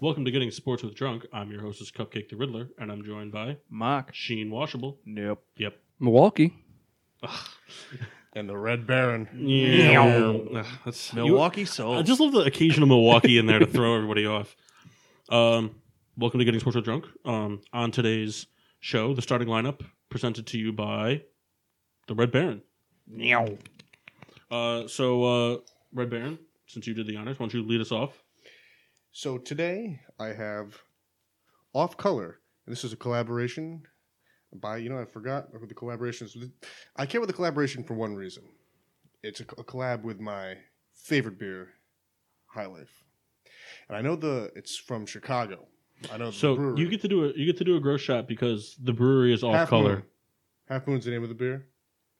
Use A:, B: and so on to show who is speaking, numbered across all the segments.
A: Welcome to Getting Sports with Drunk. I'm your hostess, Cupcake the Riddler, and I'm joined by
B: Mock.
A: Sheen Washable.
B: Nope.
A: Yep.
C: Milwaukee.
D: And the Red Baron.
A: Yeah. That's, you-
B: Milwaukee Soul.
A: I just love the occasional Milwaukee in there to throw everybody off. Um, welcome to Getting Sports with Drunk. Um, on today's show, the starting lineup presented to you by the Red Baron. Uh, so, uh, Red Baron, since you did the honors, why don't you lead us off?
D: So today I have Off Color. This is a collaboration by, you know, I forgot the collaborations. I came with a collaboration for one reason. It's a, a collab with my favorite beer, High Life. And I know the it's from Chicago. I know the
A: So
D: brewery.
A: you get to do a you get to do a gross shot because the brewery is off
D: Half
A: color.
D: Moon. Half Moon's the name of the beer.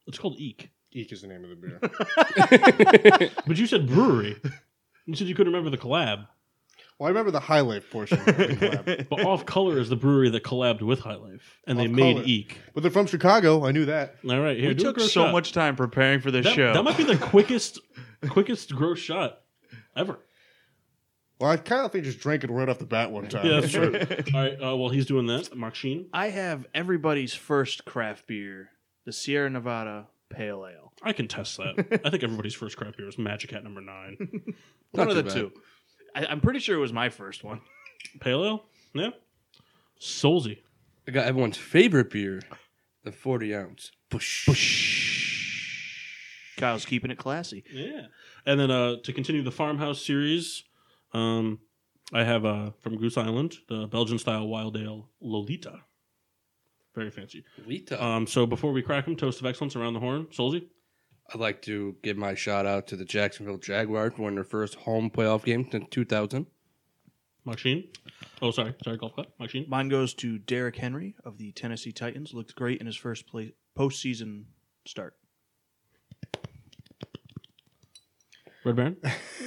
A: It's called Eek.
D: Eek is the name of the beer.
A: But you said brewery. You said you couldn't remember the collab.
D: well, I remember the High Life portion of the collab.
A: But Off Color is the brewery that collabed with High Life, and they
D: Off
A: made
D: Color.
A: Eek.
D: But they're from Chicago. I knew that.
A: All right, here
B: we
A: do a
B: took
A: gross
B: so
A: shot.
B: much time preparing for this
A: That,
B: show.
A: that might be the quickest, quickest gross shot ever.
D: Well, I kind of think I just drank it right off the bat one time.
A: Yeah, that's true. All right, uh, while he's doing that, Mark Sheen.
B: I have everybody's first craft beer, the Sierra Nevada Pale Ale.
A: I can test that. I think everybody's first crap beer is Magic Hat number nine.
B: One
C: Not
B: of the
C: too
B: two. I, I'm pretty sure it was my first one.
A: Pale Ale, yeah. Soulsy.
C: I got everyone's favorite beer, the 40 ounce. Push.
B: Kyle's keeping it classy.
A: Yeah. And then uh, to continue the farmhouse series, um, I have uh, from Goose Island the Belgian style wild ale Lolita. Very fancy.
C: Lita.
A: Um, so before we crack them, toast of excellence around the horn, Solzy.
C: I'd like to give my shout out to the Jacksonville Jaguars for winning their first home playoff game since 2000.
A: Machine. Oh, sorry, sorry, golf club. Machine.
B: Mine goes to Derrick Henry of the Tennessee Titans. Looked great in his first play, postseason start.
A: Red Baron.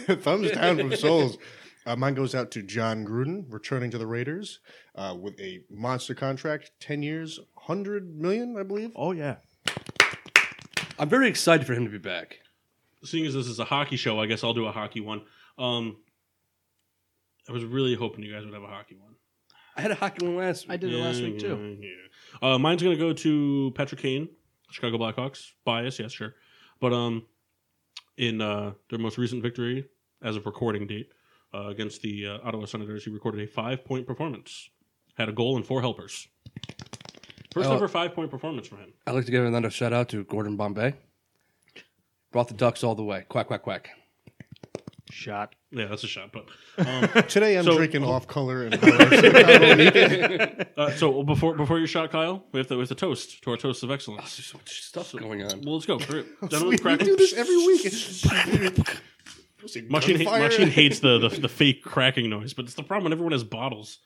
D: Thumbs down from Souls. Uh, mine goes out to John Gruden, returning to the Raiders uh, with a monster contract, ten years, hundred million, I believe.
B: Oh, yeah.
C: I'm very excited for him to be back.
A: Seeing as this is a hockey show, I guess I'll do a hockey one. Um, I was really hoping you guys would have a hockey one.
C: I had a hockey one last week.
B: I did it last week, too.
A: yeah. Uh, mine's gonna go to Patrick Kane, Chicago Blackhawks. Bias, yes, sure, but um, in uh, their most recent victory as of recording date uh, against the uh, Ottawa Senators, he recorded a five-point performance, had a goal and four helpers. First
C: Oh.
A: ever five-point performance from him.
C: I'd like to give another shout out to Gordon Bombay. Brought the Ducks all the way. Quack, quack, quack.
B: Shot.
A: Yeah, that's a shot. But um,
D: Today I'm
A: So-
D: drinking off color and I don't need it.
A: uh, so before before your shot, Kyle, we have to with the toast to our toast of
C: Oh, There's
A: excellence.
C: so much stuff going on.
A: Well, let's go. Hurry up.
D: we,
A: Gentlemen,
D: we
A: crack
D: do
A: it.
D: this every week. It's It's a
A: Machine, ha-
D: gunfire.
A: Machine hates the, the the fake cracking noise, but it's the problem when everyone has bottles.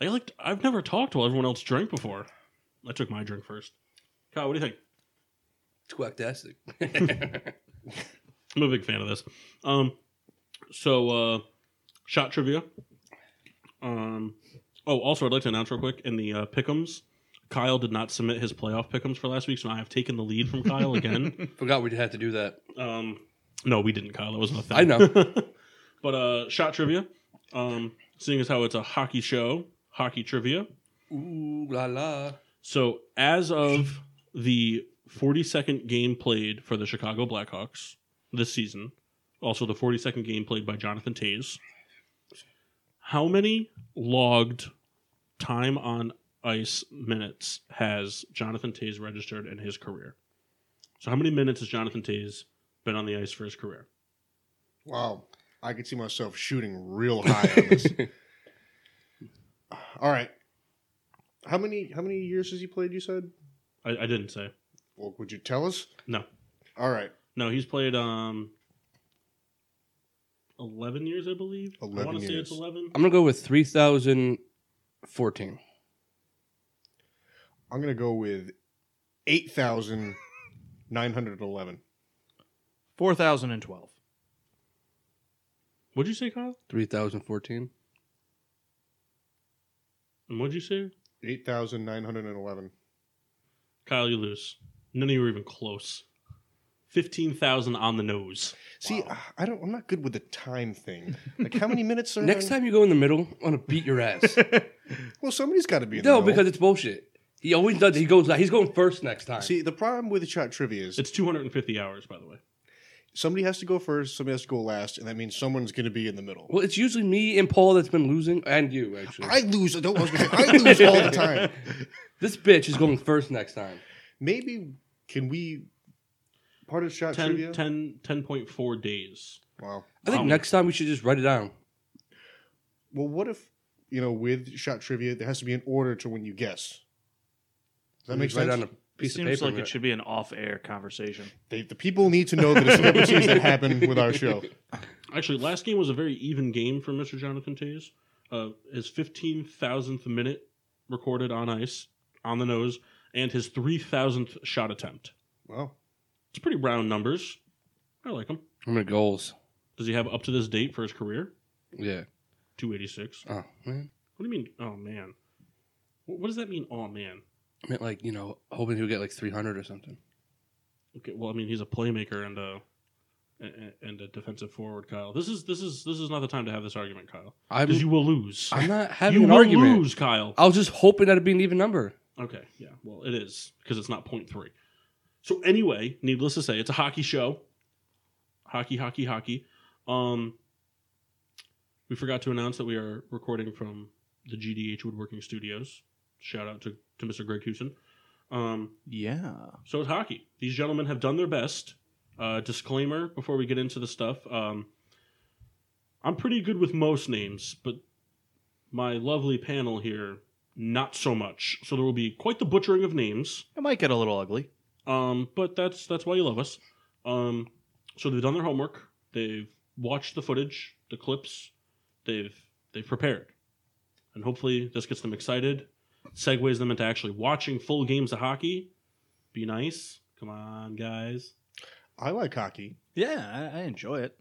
A: I like I've never talked while everyone else drank before. I took my drink first. Kyle, what do you think?
C: It's quacktastic.
A: I'm a big fan of this. Um, so uh, shot trivia. Um, oh, also I'd like to announce real quick in the uh, pickums. Kyle did not submit his playoff pickums for last week, so I have taken the lead from Kyle again.
C: Forgot we had to do that.
A: Um, no, we didn't, Kyle. That wasn't a thing.
C: I know.
A: but uh, shot trivia. Um, seeing as how it's a hockey show, hockey trivia.
C: Ooh la la.
A: So as of the 42nd game played for the Chicago Blackhawks this season, also the 42nd game played by Jonathan Tays, how many logged time on ice minutes has Jonathan Tays registered in his career? So how many minutes has Jonathan Tays been on the ice for his career?
D: Wow, I could see myself shooting real high on this. All right, how many how many years has he played? You said.
A: I, I didn't say.
D: Well, would you tell us?
A: No.
D: All right,
A: No, he's played um 11 years, I believe. I
D: 11
A: want to say it's
D: years.
A: 11.
C: I'm going to go with 3,014.
D: I'm gonna go with eight thousand nine hundred eleven.
B: 4,012.
A: What'd you say, Kyle?
C: 3,014.
A: And what'd you say?
D: 8,911.
A: Kyle, you lose. None of you were even close. fifteen thousand on the nose.
D: See,
B: Wow.
D: I don't. I'm not good with the time thing. Like, how many minutes are
C: Next time you go in the middle, I'm gonna beat your ass.
D: Well, somebody's got to be. In
C: no,
D: the know.
C: because it's bullshit. He always does. He goes. He's going first next time.
D: see, the problem with the shot trivia is
A: It's two hundred and fifty hours, by the way.
D: somebody has to go first, somebody has to go last, and that means someone's going to be in the middle.
C: well, it's usually me and Paul that's been losing, and you actually.
D: I lose. I don't. I, was gonna say, I lose all the time.
C: this bitch is going first next time.
D: Maybe can we part of shot
A: 10,
D: trivia?
A: 10, 10.4 days.
D: Wow.
C: I think
A: Wow.
C: next time we should just write it down.
D: Well, what if you know with shot trivia there has to be an order to when you guess. Does that make
C: Just write
D: sense?
C: it on a piece
B: seems
C: of paper.
B: like
C: man.
B: it should be an off-air conversation.
D: They, the people need to know the discrepancies that happen with our show.
A: Actually, last game was a very even game for Mr. Jonathan Tays. Uh, his fifteen thousandth minute recorded on ice, on the nose, and his three thousandth shot attempt.
D: Well,
A: It's pretty round numbers. I like him.
C: How many goals?
A: Does he have up to this date for his career?
C: Yeah.
A: Two eighty six.
C: Oh man.
A: What do you mean? Oh man. Wh- What does that mean? Oh man.
C: I meant like you know, hoping he'll get like 300 or something.
A: Okay. Well, I mean, he's a playmaker and a a- a- and a defensive forward, Kyle. This is this is this is not the time to have this argument, Kyle.
C: I'm.
A: Because you will lose.
C: I'm not having
A: You
C: an
A: will
C: argument.
A: lose, Kyle.
C: I was just hoping that'd be an even number.
A: Okay, yeah. Well, it is because it's not point three. So anyway, needless to say, it's a hockey show. Hockey, hockey, hockey. Um, we forgot to announce that we are recording from the GDH Woodworking Studios. Shout out to, to Mr. Greg Houston. Um,
B: Yeah.
A: so it's hockey. These gentlemen have done their best. Uh, disclaimer before we get into the stuff. Um, I'm pretty good with most names, but my lovely panel here, not so much. So there will be quite the butchering of names.
B: It might get a little ugly.
A: Um, but that's that's why you love us. Um, so they've done their homework. They've watched the footage, the clips. They've they've prepared, and hopefully this gets them excited, segues them into actually watching full games of hockey. Be nice, come on, guys.
D: I like hockey.
B: Yeah, I, I enjoy it.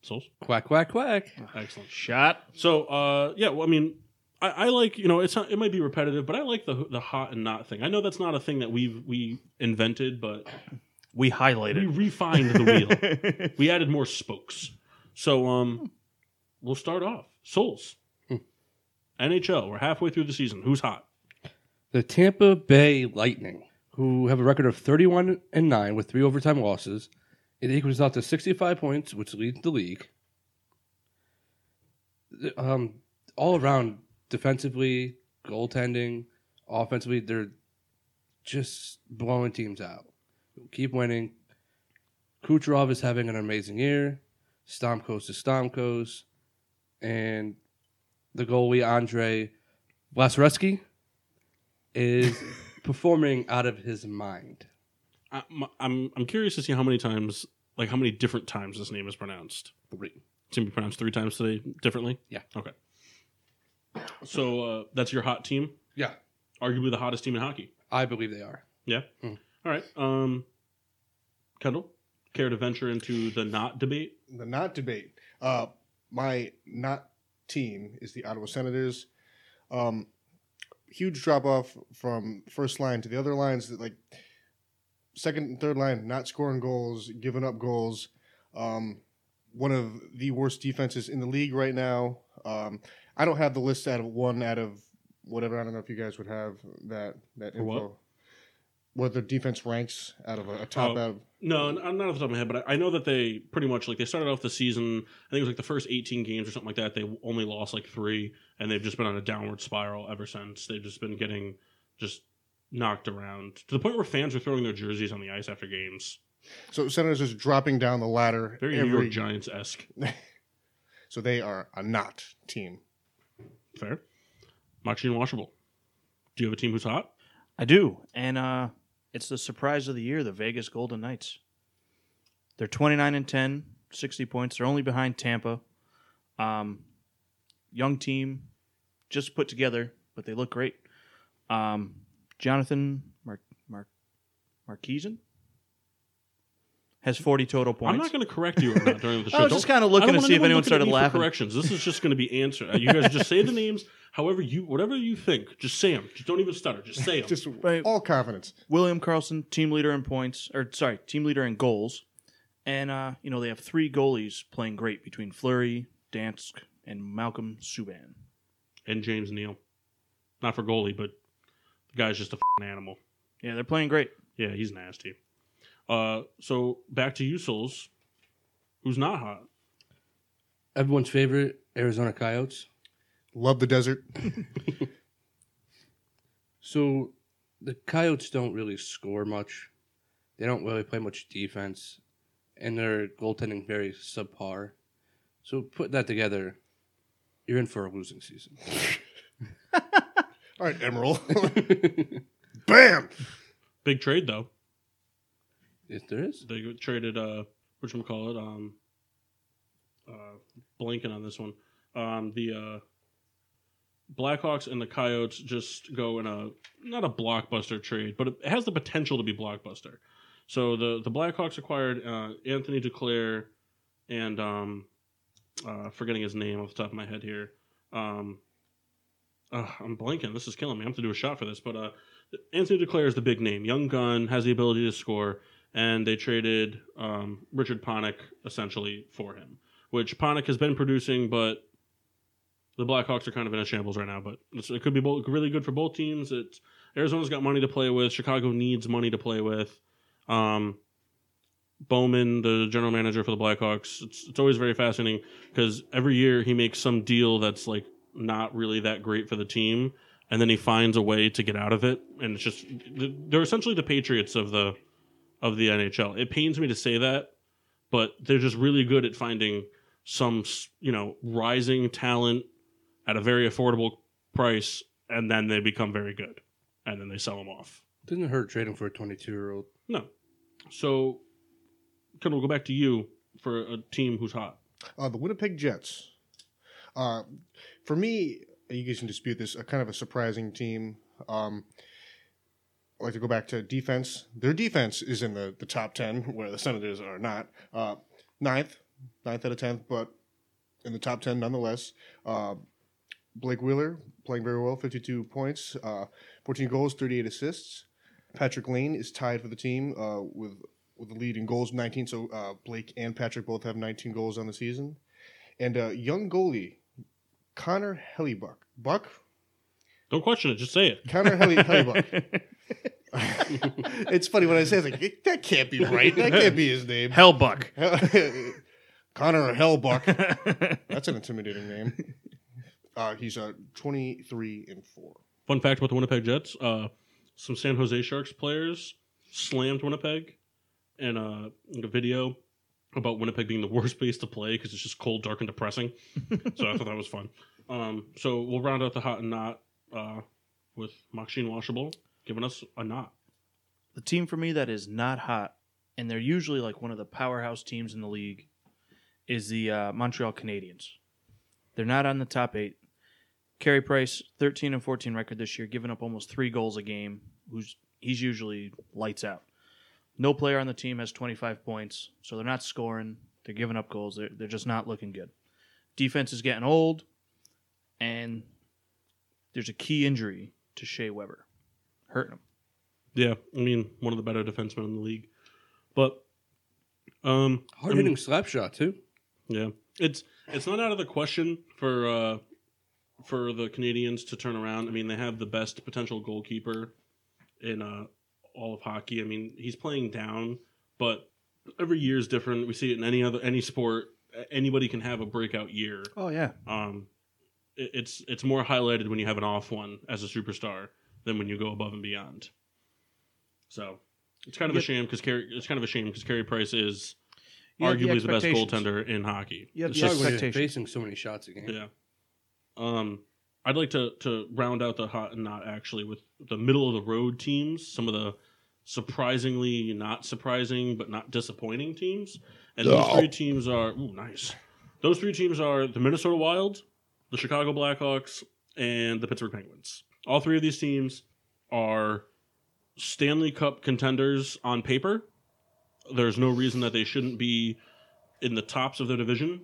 A: Souls,
C: Quack quack quack.
A: excellent.
B: Shot.
A: So uh, yeah, well, I mean, I, I like you know it's not, it might be repetitive, but I like the the hot and not thing. I know that's not a thing that we've we invented, but
B: We
A: we
B: highlighted
A: refined the wheel.
B: wheel.
A: we added more spokes. So um, we'll start off. Souls.
C: Hmm.
A: NHL. We're halfway through the season. Who's hot?
C: The Tampa Bay Lightning, who have a record of 31 and 9 with three overtime losses, it equals out to 65 points, which leads the league. The- Um, all around, defensively, goaltending, offensively, they're just blowing teams out. Keep winning. Kucherov is having an amazing year. Stomkos is Stomkos. And the goalie, Andre Lasareski, is performing out of his mind.
A: I, am I'm I'm curious to see how many times, like how many different times this name is pronounced.
C: Three.
A: It's gonna be pronounced three times today, differently.
C: Yeah.
A: Okay. So uh, that's your hot team.
C: Yeah.
A: Arguably the hottest team in hockey.
C: I believe they are.
A: All right. Um, Kendall, care to venture into the not debate?
D: The not debate. Uh, my not team is the Ottawa Senators. Um, huge drop off from first line to the other lines. That like second and third line not scoring goals, giving up goals. Um, one of the worst defenses in the league right now. Um, I don't have the list out of one out of whatever. I don't know if you guys would have that that
A: For what?
D: info. What their defense ranks out of a, a
A: Oh.
D: top out of
A: No, n- I'm not off the top of my head, but I, I know that they pretty much like they started off the season. I think it was like the first 18 games or something like that. They only lost like three, and they've just been on a downward spiral ever since. They've just been getting just knocked around to the point where fans are throwing their jerseys on the ice after games.
D: So Senators is dropping down the ladder.
A: Very New
D: every,
A: York Giants esque.
D: so they are a not team.
A: Fair. Moxie and Washable. Do you have a team who's hot?
B: I do. And uh, it's the surprise of the year, the Vegas Golden Knights. They're 29 and 10, 60 points. They're only behind Tampa. Um, young team, just put together, but they look great. Um, Jonathan Mar- Mar- Marquesan has 40 total points.
A: I'm not going to correct you or not during the show.
B: I was
A: Don't-
B: just kind of
A: I
B: looking
A: don't
B: to
A: want
B: see if anyone
A: looking at
B: started
A: me for
B: laughing.
A: Corrections. This is just going to be answered. Uh, You guys just say the names, however you, whatever you think. Just say them. Just don't even stutter. Just say them.
D: Just
B: Right.
D: all confidence.
B: William Carlson, team leader in points, or sorry, team leader in goals. And, uh, you know, they have three goalies playing great between Fleury, Dansk, and Malcolm Subban.
A: and James Neal, not for goalie, but the guy's just a f***ing animal.
B: Yeah, they're playing great.
A: Yeah, he's nasty. Uh, so back to you, Souls, who's not hot.
C: Everyone's favorite Arizona Coyotes.
D: Love the desert.
C: So the Coyotes don't really score much. They don't really play much defense, and their goaltending very subpar. So put that together, you're in for a losing season.
D: All right, Emerald. Bam.
A: Big trade though.
C: if there is,
A: They traded uh, which call it um, uh, blanking on this one. Um, the uh, Blackhawks and the Coyotes just go in a not a blockbuster trade, but it has the potential to be blockbuster. So the the Blackhawks acquired uh, Anthony Duclair and um, uh, forgetting his name off the top of my head here. Um, uh, I'm blanking. This is killing me. I have to do a shot for this, but uh, Anthony Duclair is the big name. Young gun has the ability to score and they traded um, Richard Ponick essentially for him, which Ponick has been producing, but the Blackhawks are kind of in a shambles right now. But it's, it could be both, really good for both teams. It's Arizona's got money to play with. Chicago needs money to play with. Um, Bowman, the general manager for the Blackhawks, it's, it's always very fascinating because every year he makes some deal that's like not really that great for the team. And then he finds a way to get out of it, and it's just—they're essentially the Patriots of the of the NHL. It pains me to say that, but they're just really good at finding some, s- you know, rising talent at a very affordable price, and then they become very good, and then they sell them off.
C: doesn't hurt trading for a 22 year old.
A: No, so Ken, we'll go back to you for a team who's hot.
D: Uh, the Winnipeg Jets. Uh, for me, you guys can dispute this. A kind of a surprising team. Um, I like to go back to defense. Their defense is in the, the top ten, where the Senators are not. Uh, ninth, ninth out of tenth, but in the top ten nonetheless. Uh, Blake Wheeler playing very well, fifty-two points, uh, fourteen goals, thirty-eight assists. Patrick Lane is tied for the team uh, with with the lead in goals, 19. So uh, Blake and Patrick both have 19 goals on the season. And uh, young goalie, Connor Hellebuck. Buck?
A: Don't question it. Just say it.
D: Connor Helle- Hellebuck. it's funny when I say it, it's like, that can't be right. That can't be his name.
B: Hellbuck.
D: Connor Hellbuck. That's an intimidating name. Uh, he's uh, 23 and 4.
A: Fun fact about the Winnipeg Jets: uh, some San Jose Sharks players slammed Winnipeg in a, in a video about Winnipeg being the worst place to play because it's just cold, dark, and depressing. so I thought that was fun. Um, so we'll round out the hot and not uh, with Maxine Washable giving us a knot.
B: the team for me that is not hot, and they're usually like one of the powerhouse teams in the league, is the uh, Montreal Canadiens. They're not on the top eight. Carey Price, thirteen and fourteen record this year, giving up almost three goals a game. Who's he's usually lights out. No player on the team has twenty five points, so they're not scoring. They're giving up goals. They're they're just not looking good. Defense is getting old, and there's a key injury to Shea Weber, hurting him.
A: Yeah, I mean one of the better defensemen in the league, but um, I
C: Hard
A: mean-
C: hitting slap shot too.
A: Yeah, it's it's not out of the question for uh, for the Canadians to turn around. I mean, they have the best potential goalkeeper in uh, all of hockey. I mean, he's playing down, but every year is different. We see it in any other any sport. A- Anybody can have a breakout year.
B: Oh yeah,
A: Um, it, it's it's more highlighted when you have an off one as a superstar than when you go above and beyond. So it's kind of
B: Yep.
A: a shame because it's kind of a shame because Carey Price is
B: You have the
A: arguably the best
B: expectations.
A: goaltender in hockey.
B: You have
A: It's
B: the
A: just-
C: Sorry, when you're
B: expectation.
C: facing so many shots a game.
A: yeah. Um, I'd like to to round out the hot and not actually with the middle of the road teams, some of the surprisingly not surprising but not disappointing teams, and those three teams are ooh nice. Those three teams are the Minnesota Wild, the Chicago Blackhawks, and the Pittsburgh Penguins. All three of these teams are Stanley Cup contenders on paper, There's no reason that they shouldn't be in the tops of their division,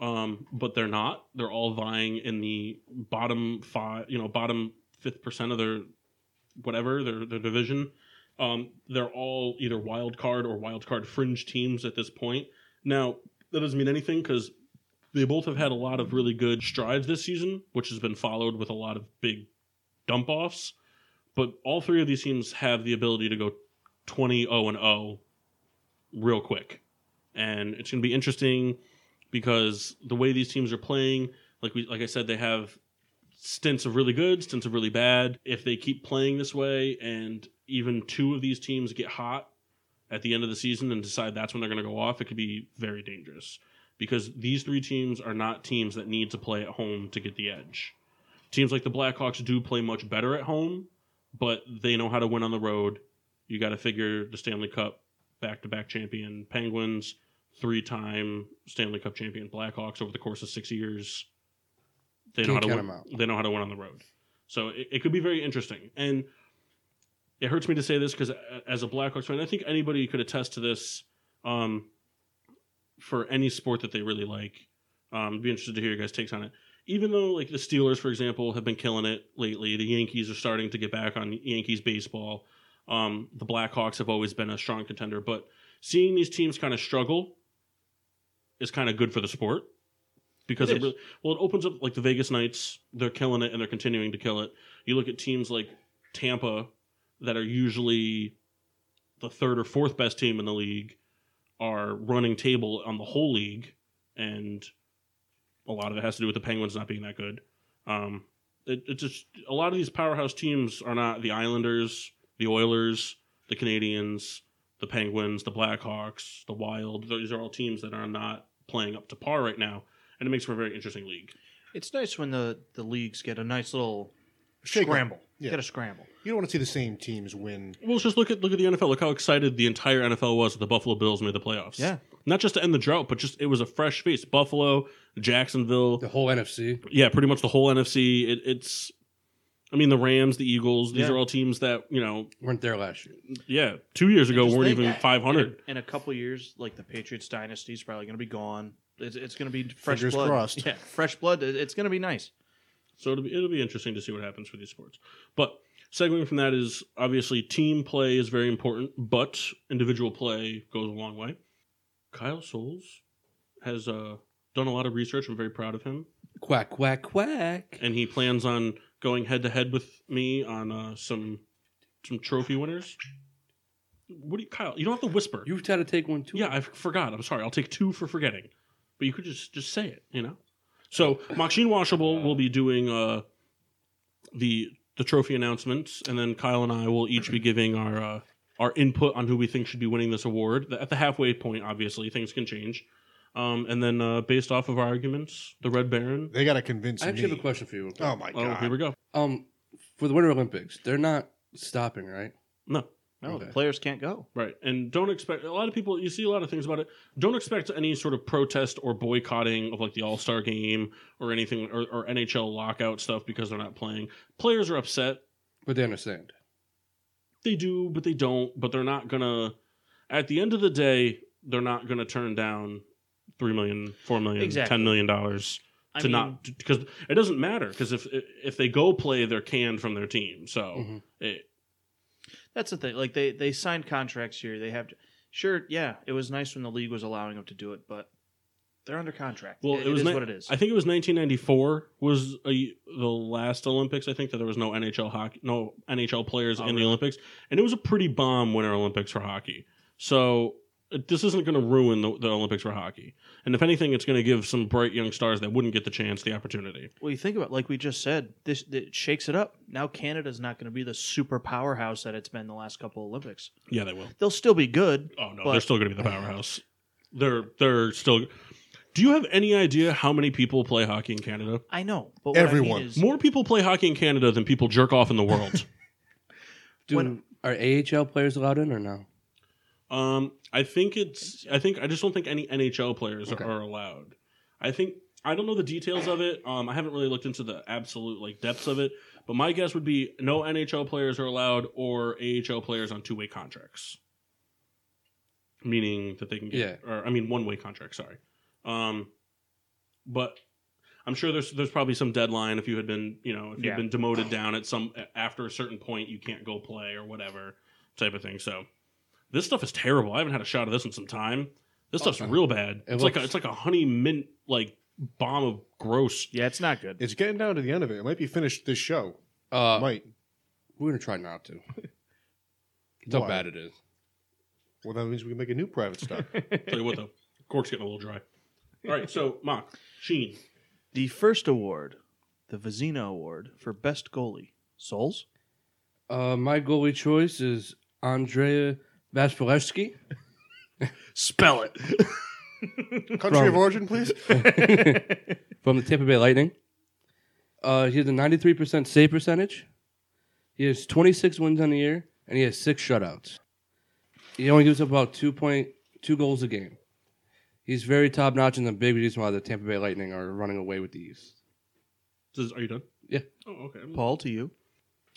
A: um, but they're not. They're all vying in the bottom five, you know, bottom fifth percent of their whatever their their division. Um, they're all either wild card or wild card fringe teams at this point. Now that doesn't mean anything because they both have had a lot of really good strides this season, which has been followed with a lot of big dump offs. But all three of these teams have the ability to go 20 0 and 0 real quick. And it's going to be interesting because the way these teams are playing, like we like I said, they have stints of really good, stints of really bad. If they keep playing this way and even two of these teams get hot at the end of the season and decide that's when they're going to go off, it could be very dangerous because these three teams are not teams that need to play at home to get the edge. Teams like the Blackhawks do play much better at home, but they know how to win on the road. You got to figure the Stanley Cup back to back champion Penguins, three time Stanley Cup champion Blackhawks over the course of six years. They know,
D: Can't
A: how to
D: count
A: win,
D: 'em out.
A: they know how to win on the road. So it, it could be very interesting. And it hurts me to say this because as a Blackhawks fan, I think anybody could attest to this um, for any sport that they really like. Um, I'd be interested to hear your guys' takes on it. Even though, like the Steelers, for example, have been killing it lately, the Yankees are starting to get back on Yankees baseball. Um, the Blackhawks have always been a strong contender, but seeing these teams kind of struggle is kind of good for the sport because
B: It
A: it,
B: is.
A: really, well, it opens up like the Vegas Knights. They're killing it and they're continuing to kill it. You look at teams like Tampa that are usually the third or fourth best team in the league are running table on the whole league, and a lot of it has to do with the Penguins not being that good. Um, it, it just a lot of these powerhouse teams are not the Islanders, the Oilers, the Canadians, the Penguins, the Blackhawks, the Wild. These are all teams that are not playing up to par right now, and it makes for a very interesting league.
B: It's nice when the the leagues get a nice little
D: Shake 'em.
B: scramble.
D: Yeah.
B: Get a scramble.
D: You don't want to see the same teams win.
A: Well, let's just look at look at the NFL. Look how excited the entire NFL was that the Buffalo Bills made the playoffs.
B: Yeah.
A: not just to end the drought, but just it was a fresh face. Buffalo, Jacksonville,
C: The whole NFC.
A: yeah, pretty much the whole NFC. It, it's, I mean, the Rams, the Eagles. These
B: Yeah.
A: are all teams that you know.
C: Weren't there last year.
A: Yeah, two years ago
B: just
A: weren't
B: think
A: even
B: that-
A: five
B: In,
A: hundred.
B: in a couple years, like the Patriots dynasty is probably going to be gone. It's, it's going to be fresh
D: Fingers
B: blood.
D: crossed.
B: Yeah, fresh blood. It- It's going to be nice.
A: So it'll be it'll be interesting to see what happens for these sports. But segueing from that is obviously team play is very important, but individual play goes a long way. Kyle Souls has uh, done a lot of research. I'm very proud of him.
C: Quack, quack, quack.
A: and he plans on going head to head with me on uh, some some trophy winners. What do you, Kyle? You don't have to whisper.
C: You've got to take one too.
A: yeah, I forgot. I'm sorry. I'll take two for forgetting, but you could just just say it. You know. So Machine Washable will be doing uh, the the trophy announcements, and then Kyle and I will each be giving our uh, our input on who we think should be winning this award. At the halfway point, obviously things can change. Um, and then uh, based off of our arguments, the Red Baron.
D: They got to convince
C: I
D: me.
C: actually have a question for you. real quick.
D: Oh my
A: Oh,
D: god!
A: here we go.
C: Um, for the Winter Olympics, they're not stopping, right?
A: No,
B: No, the
C: Okay.
B: players can't go.
A: Right. And don't expect a lot of people you see a lot of things about it. Don't expect any sort of protest or boycotting of like the All-Star game or anything or, or NHL lockout stuff because they're not playing. Players are upset.
C: But they understand.
A: They do, but they don't, but they're not going to at the end of the day, they're not going to turn down 3 million, 4 million,
B: Exactly.
A: 10 million dollars
B: I
A: to
B: mean,
A: not because it doesn't matter because if if they go play, they're canned from their team. So
B: Mm-hmm.
C: Mhm.
A: it,
B: That's the thing. Like they they signed contracts here. They have to. Sure, yeah, it was nice when the league was allowing them to do it, but they're under contract.
A: Well,
B: it,
A: it was
B: is
A: ni-
B: what it is.
A: I think it was 1994 was a, the last Olympics. I think that there was no NHL hockey, no NHL players
B: Oh,
A: in the
B: really?
A: Olympics, and it was a pretty bomb Winter Olympics for hockey. So it- this isn't going to ruin the, the Olympics for hockey, and if anything, it's going to give some bright young stars that wouldn't get the chance the opportunity.
B: well, you think about like we just said, this it shakes it up. Now Canada's not going to be the super powerhouse that it's been the last couple Olympics.
A: Yeah, they will.
B: They'll still be good.
A: Oh no,
B: But-
A: they're still going to be the powerhouse. They're they're still. Do you have any idea how many people play hockey in Canada?
B: I know, but what I mean
D: Everyone.
B: is-
A: More people play hockey in Canada than people jerk off in the world.
C: Do
B: When-
C: are AHL players allowed in or no?
A: Um, I think it's. I think I just don't think any NHL players
D: Okay.
A: are, are allowed. I think I don't know the details of it. Um, I haven't really looked into the absolute like depths of it, but my guess would be no NHL players are allowed or AHL players on two way contracts. meaning that they can get, or I mean, one way contract. Sorry, um, but I'm sure there's there's probably some deadline if you had been you know if you've
B: Yeah.
A: been demoted down at some after a certain point you can't go play or whatever type of thing. So this stuff is terrible. I haven't had a shot of this in some time. This stuff's
D: Uh-uh.
A: real bad.
C: It
A: it's like a,
C: looks-
A: it's like a honey mint like bomb of gross.
B: Yeah, it's not good.
D: It's getting down to the end of it. It might be finished this show.
C: Uh,
D: might.
C: We're gonna try not to. That's how
D: Why?
C: bad it is.
D: Well, that means we can make a new private stock.
A: Tell you what though, cork's getting a little dry. All right, so Mock Sheen.
B: The first award, the Vizina Award for best goalie, Souls.
C: Uh, my goalie choice is Andrea Vasilevsky.
B: Spell it.
D: Country of
C: From-
D: origin, please.
C: from the Tampa Bay Lightning. Uh, he has a 93% save percentage. He has 26 wins on the year, and he has six shutouts. He only gives up about 2.2 goals a game. He's very top notch, and the big reason why the Tampa Bay Lightning are running away with the East.
A: This is- are you done?
C: Yeah.
A: Oh, okay.
B: Paul, to you.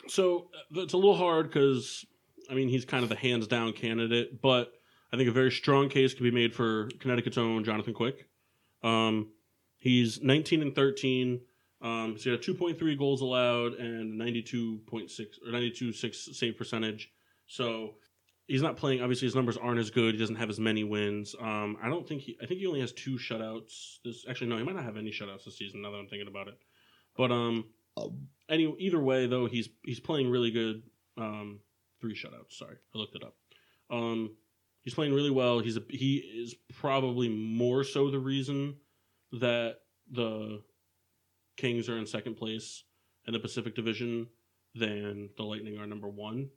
A: So uh, it's a little hard because I mean he's kind of the hands down candidate, but I think a very strong case could be made for Connecticut's own Jonathan Quick. Um, he's 19 and 13. Um, so he had 2.3 goals allowed and 92.6 or 92.6 save percentage. So he's not playing. Obviously, his numbers aren't as good. He doesn't have as many wins. Um, I don't think he. I think he only has two shutouts. This actually no, he might not have any shutouts this season. Now that I'm thinking about it, but um, any either way though he's he's playing really good um three shutouts sorry i looked it up um he's playing really well he's a, he is probably more so the reason that the kings are in second place in the pacific division than the lightning are number 1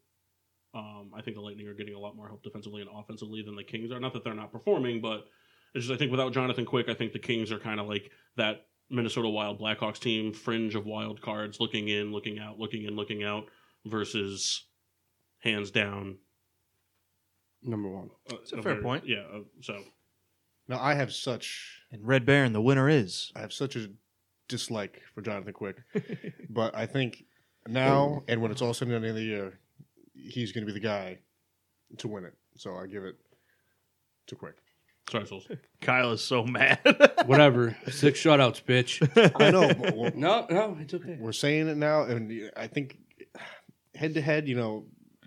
A: um i think the lightning are getting a lot more help defensively and offensively than the kings are not that they're not performing but it's just i think without jonathan quick i think the kings are kind of like that Minnesota Wild Blackhawks team, fringe of wild cards, looking in, looking out, looking in, looking out, versus hands down.
C: Number one.
A: uh,
B: It's a fair
A: very-
B: point.
A: Yeah. Uh, so
D: now, I have such
B: And Red Baron, the winner is.
D: I have such a dislike for Jonathan Quick, but I think now and when it's all said and done in the year, he's going to be the guy to win it. So I give it to Quick.
A: sorry, Souls.
B: Kyle is so mad.
C: Whatever. six shutouts, bitch.
D: I know but we're,
C: No, no, it's okay.
D: we're saying it now, and I think head to head, you know,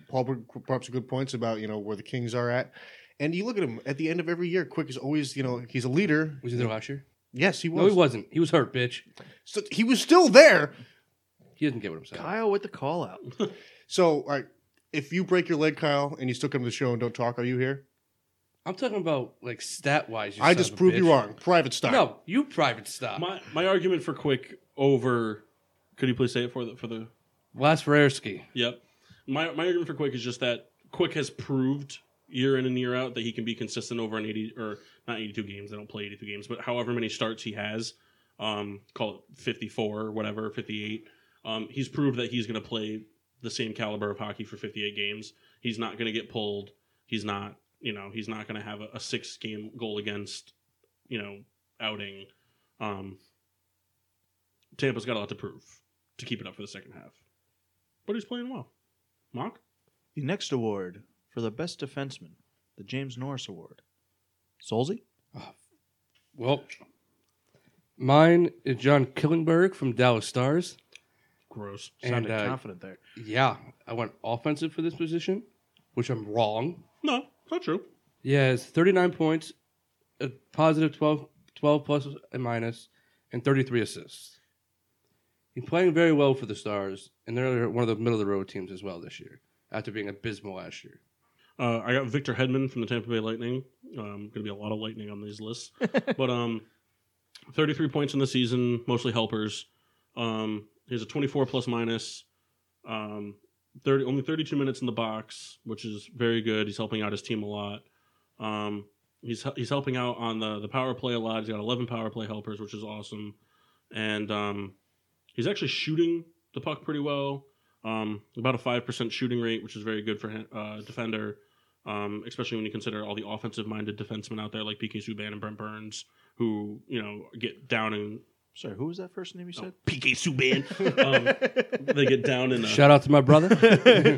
D: Paul br- brought up some good points about you know where the Kings are at. And you look at him at the end of every year. Quick is always, you know, he's a leader.
C: Was he there last year?
D: Yes, he was.
C: No, he wasn't. He was hurt, bitch.
D: So he was still there.
C: He doesn't get what I'm saying.
B: Kyle with the call out.
D: So, like, if you break your leg, Kyle, and you still come to the show and don't talk, are you here?
C: I'm talking about like stat wise.
D: I just proved you wrong. Private stock.
C: No, you private stop.
A: My my argument for quick over. Could you please say it for the for the?
C: Last Valerski.
A: Yep. My my argument for quick is just that quick has proved year in and year out that he can be consistent over an eighty or not eighty two games. I don't play eighty two games, but however many starts he has, um, call it fifty four or whatever, fifty eight. Um, he's proved that he's going to play the same caliber of hockey for 58 games. He's not going to get pulled. He's not, you know, he's not going to have a, a six game goal against, you know, outing. Um, Tampa's got a lot to prove to keep it up for the second half. But he's playing well. Mock?
B: The next award for the best defenseman, the James Norris Award. Solzy?
C: Well, mine is John Killenberg from Dallas Stars.
A: Gross.
B: Sounded
C: And, uh,
B: confident there.
C: Yeah, I went offensive for this position, which I'm wrong.
A: No, it's not true.
C: He has 39 points, a positive 12, 12 plus and minus, and 33 assists. He's playing very well for the Stars, and they're one of the middle of the road teams as well this year, after being abysmal last year.
A: Uh, I got Victor Hedman from the Tampa Bay Lightning. Um, going to be a lot of lightning on these lists, but um, 33 points in the season, mostly helpers. Um, here's a 24 plus minus. Um, 30 only 32 minutes in the box, which is very good. He's helping out his team a lot. Um, he's he's helping out on the the power play a lot. He's got 11 power play helpers, which is awesome, and um, he's actually shooting the puck pretty well. Um, about a five percent shooting rate, which is very good for him, uh, defender um, especially when you consider all the offensive minded defensemen out there like PK Subban and Brent Burns, who, you know, get down and
B: Sorry, who was that first name you said?
A: PK Subban. Um, they get down in a,
C: Shout out to my brother.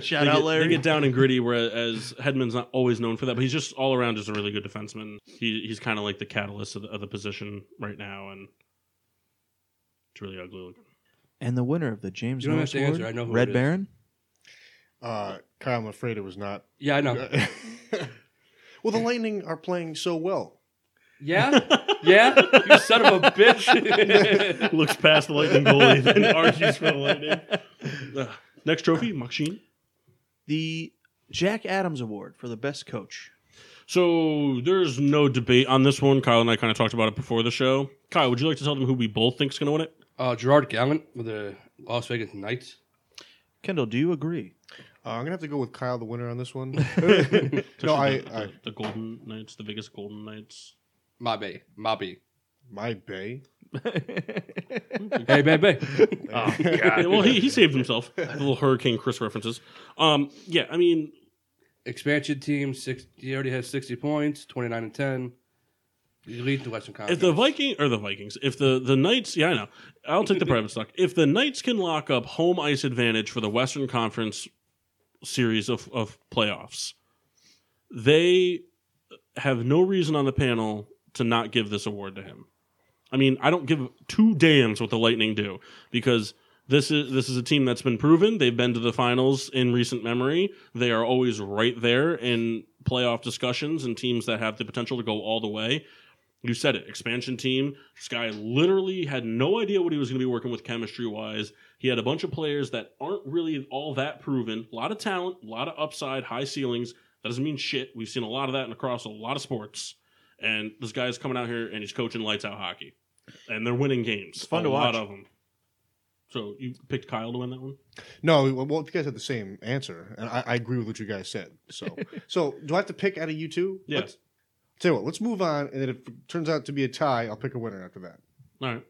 B: Shout
A: they
B: out
A: get,
B: Larry.
A: They get down and gritty, whereas Hedman's not always known for that, but he's just all around just a really good defenseman. He, he's kind of like the catalyst of the, of the position right now, and it's really ugly looking.
B: and the winner of the James
C: You don't
B: Norris
C: have to answer,
B: Award,
C: I know who it
B: Red
C: is.
B: Baron.
D: Uh, Kyle, I'm afraid it was not.
C: yeah, I know.
D: well, the Lightning are playing so well.
C: Yeah, yeah. You son of a bitch.
A: Looks past the Lightning goalie, then argues for the Lightning. Uh, next trophy, Machine.
B: The Jack Adams Award for the best coach.
A: So there's no debate on this one. Kyle and I kind of talked about it before the show. Kyle, would you like to tell them who we both think's going to win it?
C: uh, Gerard Gallant with the Las Vegas Knights.
B: Kendall, do you agree?
D: Uh, I'm gonna have to go with Kyle, the winner on this one. no,
A: Especially
D: I,
A: the,
D: I
A: the, the Golden Knights, the Vegas Golden Knights.
C: Mabe, Mabe.
D: my bay.
C: Hey, baby.
B: Oh,
A: Yeah, well, he, he saved himself. The little Hurricane Chris references. Um, yeah, I mean,
C: Expansion team. Six. He already has sixty points. Twenty nine and ten. He leads the Western
A: if
C: Conference.
A: the Viking or the Vikings, if the the Knights, yeah, I know, I'll take the private stock. If the Knights can lock up home ice advantage for the Western Conference series of, of playoffs, they have no reason on the panel to not give this award to him. I mean, I don't give two damns what the Lightning do because this is this is a team that's been proven. They've been to the finals in recent memory. They are always right there in playoff discussions and teams that have the potential to go all the way. You said it, expansion team. This guy literally had no idea what he was going to be working with chemistry wise. He had a bunch of players that aren't really all that proven. A lot of talent, a lot of upside, high ceilings. That doesn't mean shit. We've seen a lot of that and across a lot of sports. And this guy's coming out here and he's coaching lights out hockey, and they're winning games.
B: It's fun
A: a
B: to
A: lot
B: watch.
A: of them. So you picked Kyle to win that one.
D: No, well, if you guys had the same answer, and I, I agree with what you guys said. So, so do I have to pick out of you two?
A: Yeah.
D: Let's, tell you what, let's move on, and then if it turns out to be a tie, I'll pick a winner after that.
A: All right,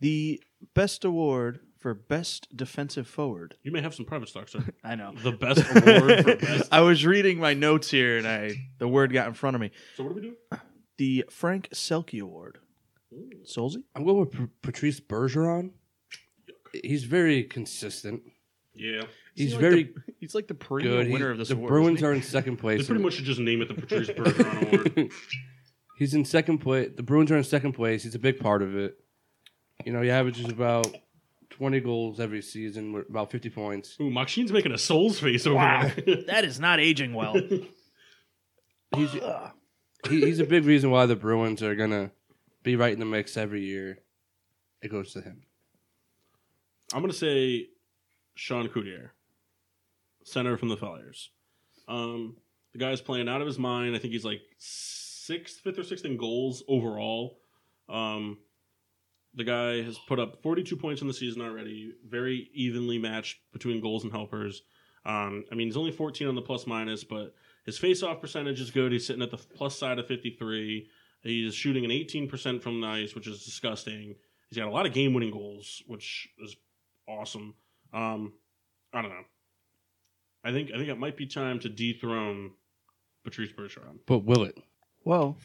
B: The best award for best defensive forward.
A: you may have some private stocks. Sir.
B: I know.
A: The best award for best.
B: I was reading my notes here, and I the word got in front of me.
A: So what do we do?
B: The Frank Selke Award. Solzy?
C: I'm going with P- Patrice Bergeron. He's very consistent.
A: Yeah,
B: Is he
C: He's
B: like
C: very
B: the- he's like the perennial
C: good. He-
B: winner of this
C: the
B: award.
C: Bruins
B: isn't
C: are in second
A: they
C: place.
A: pretty much should just name it the Patrice Bergeron Award.
C: He's in second place. The Bruins are in second place. He's a big part of it. You know, he averages about 20 goals every season, with about 50 points.
A: Ooh, Machine's making a soul's face over
B: he?
A: there.
B: That is not aging well.
C: He's he, he's a big reason why the Bruins are gonna be right in the mix every year. It goes to him.
A: I'm gonna say Sean Coutier, center from the Flyers. Um, the guy's playing out of his mind. I think he's like sixth, fifth or sixth in goals overall. Um, the guy has put up 42 points in the season already, very evenly matched between goals and helpers. Um, I mean, he's only 14 on the plus minus, but his face-off percentage is good. He's sitting at the plus side of 53. He's shooting an 18% from the ice, which is disgusting. He's got a lot of game-winning goals, which is awesome. Um, I don't know. I think I think it might be time to dethrone Patrice Bergeron.
C: But will it?
B: well,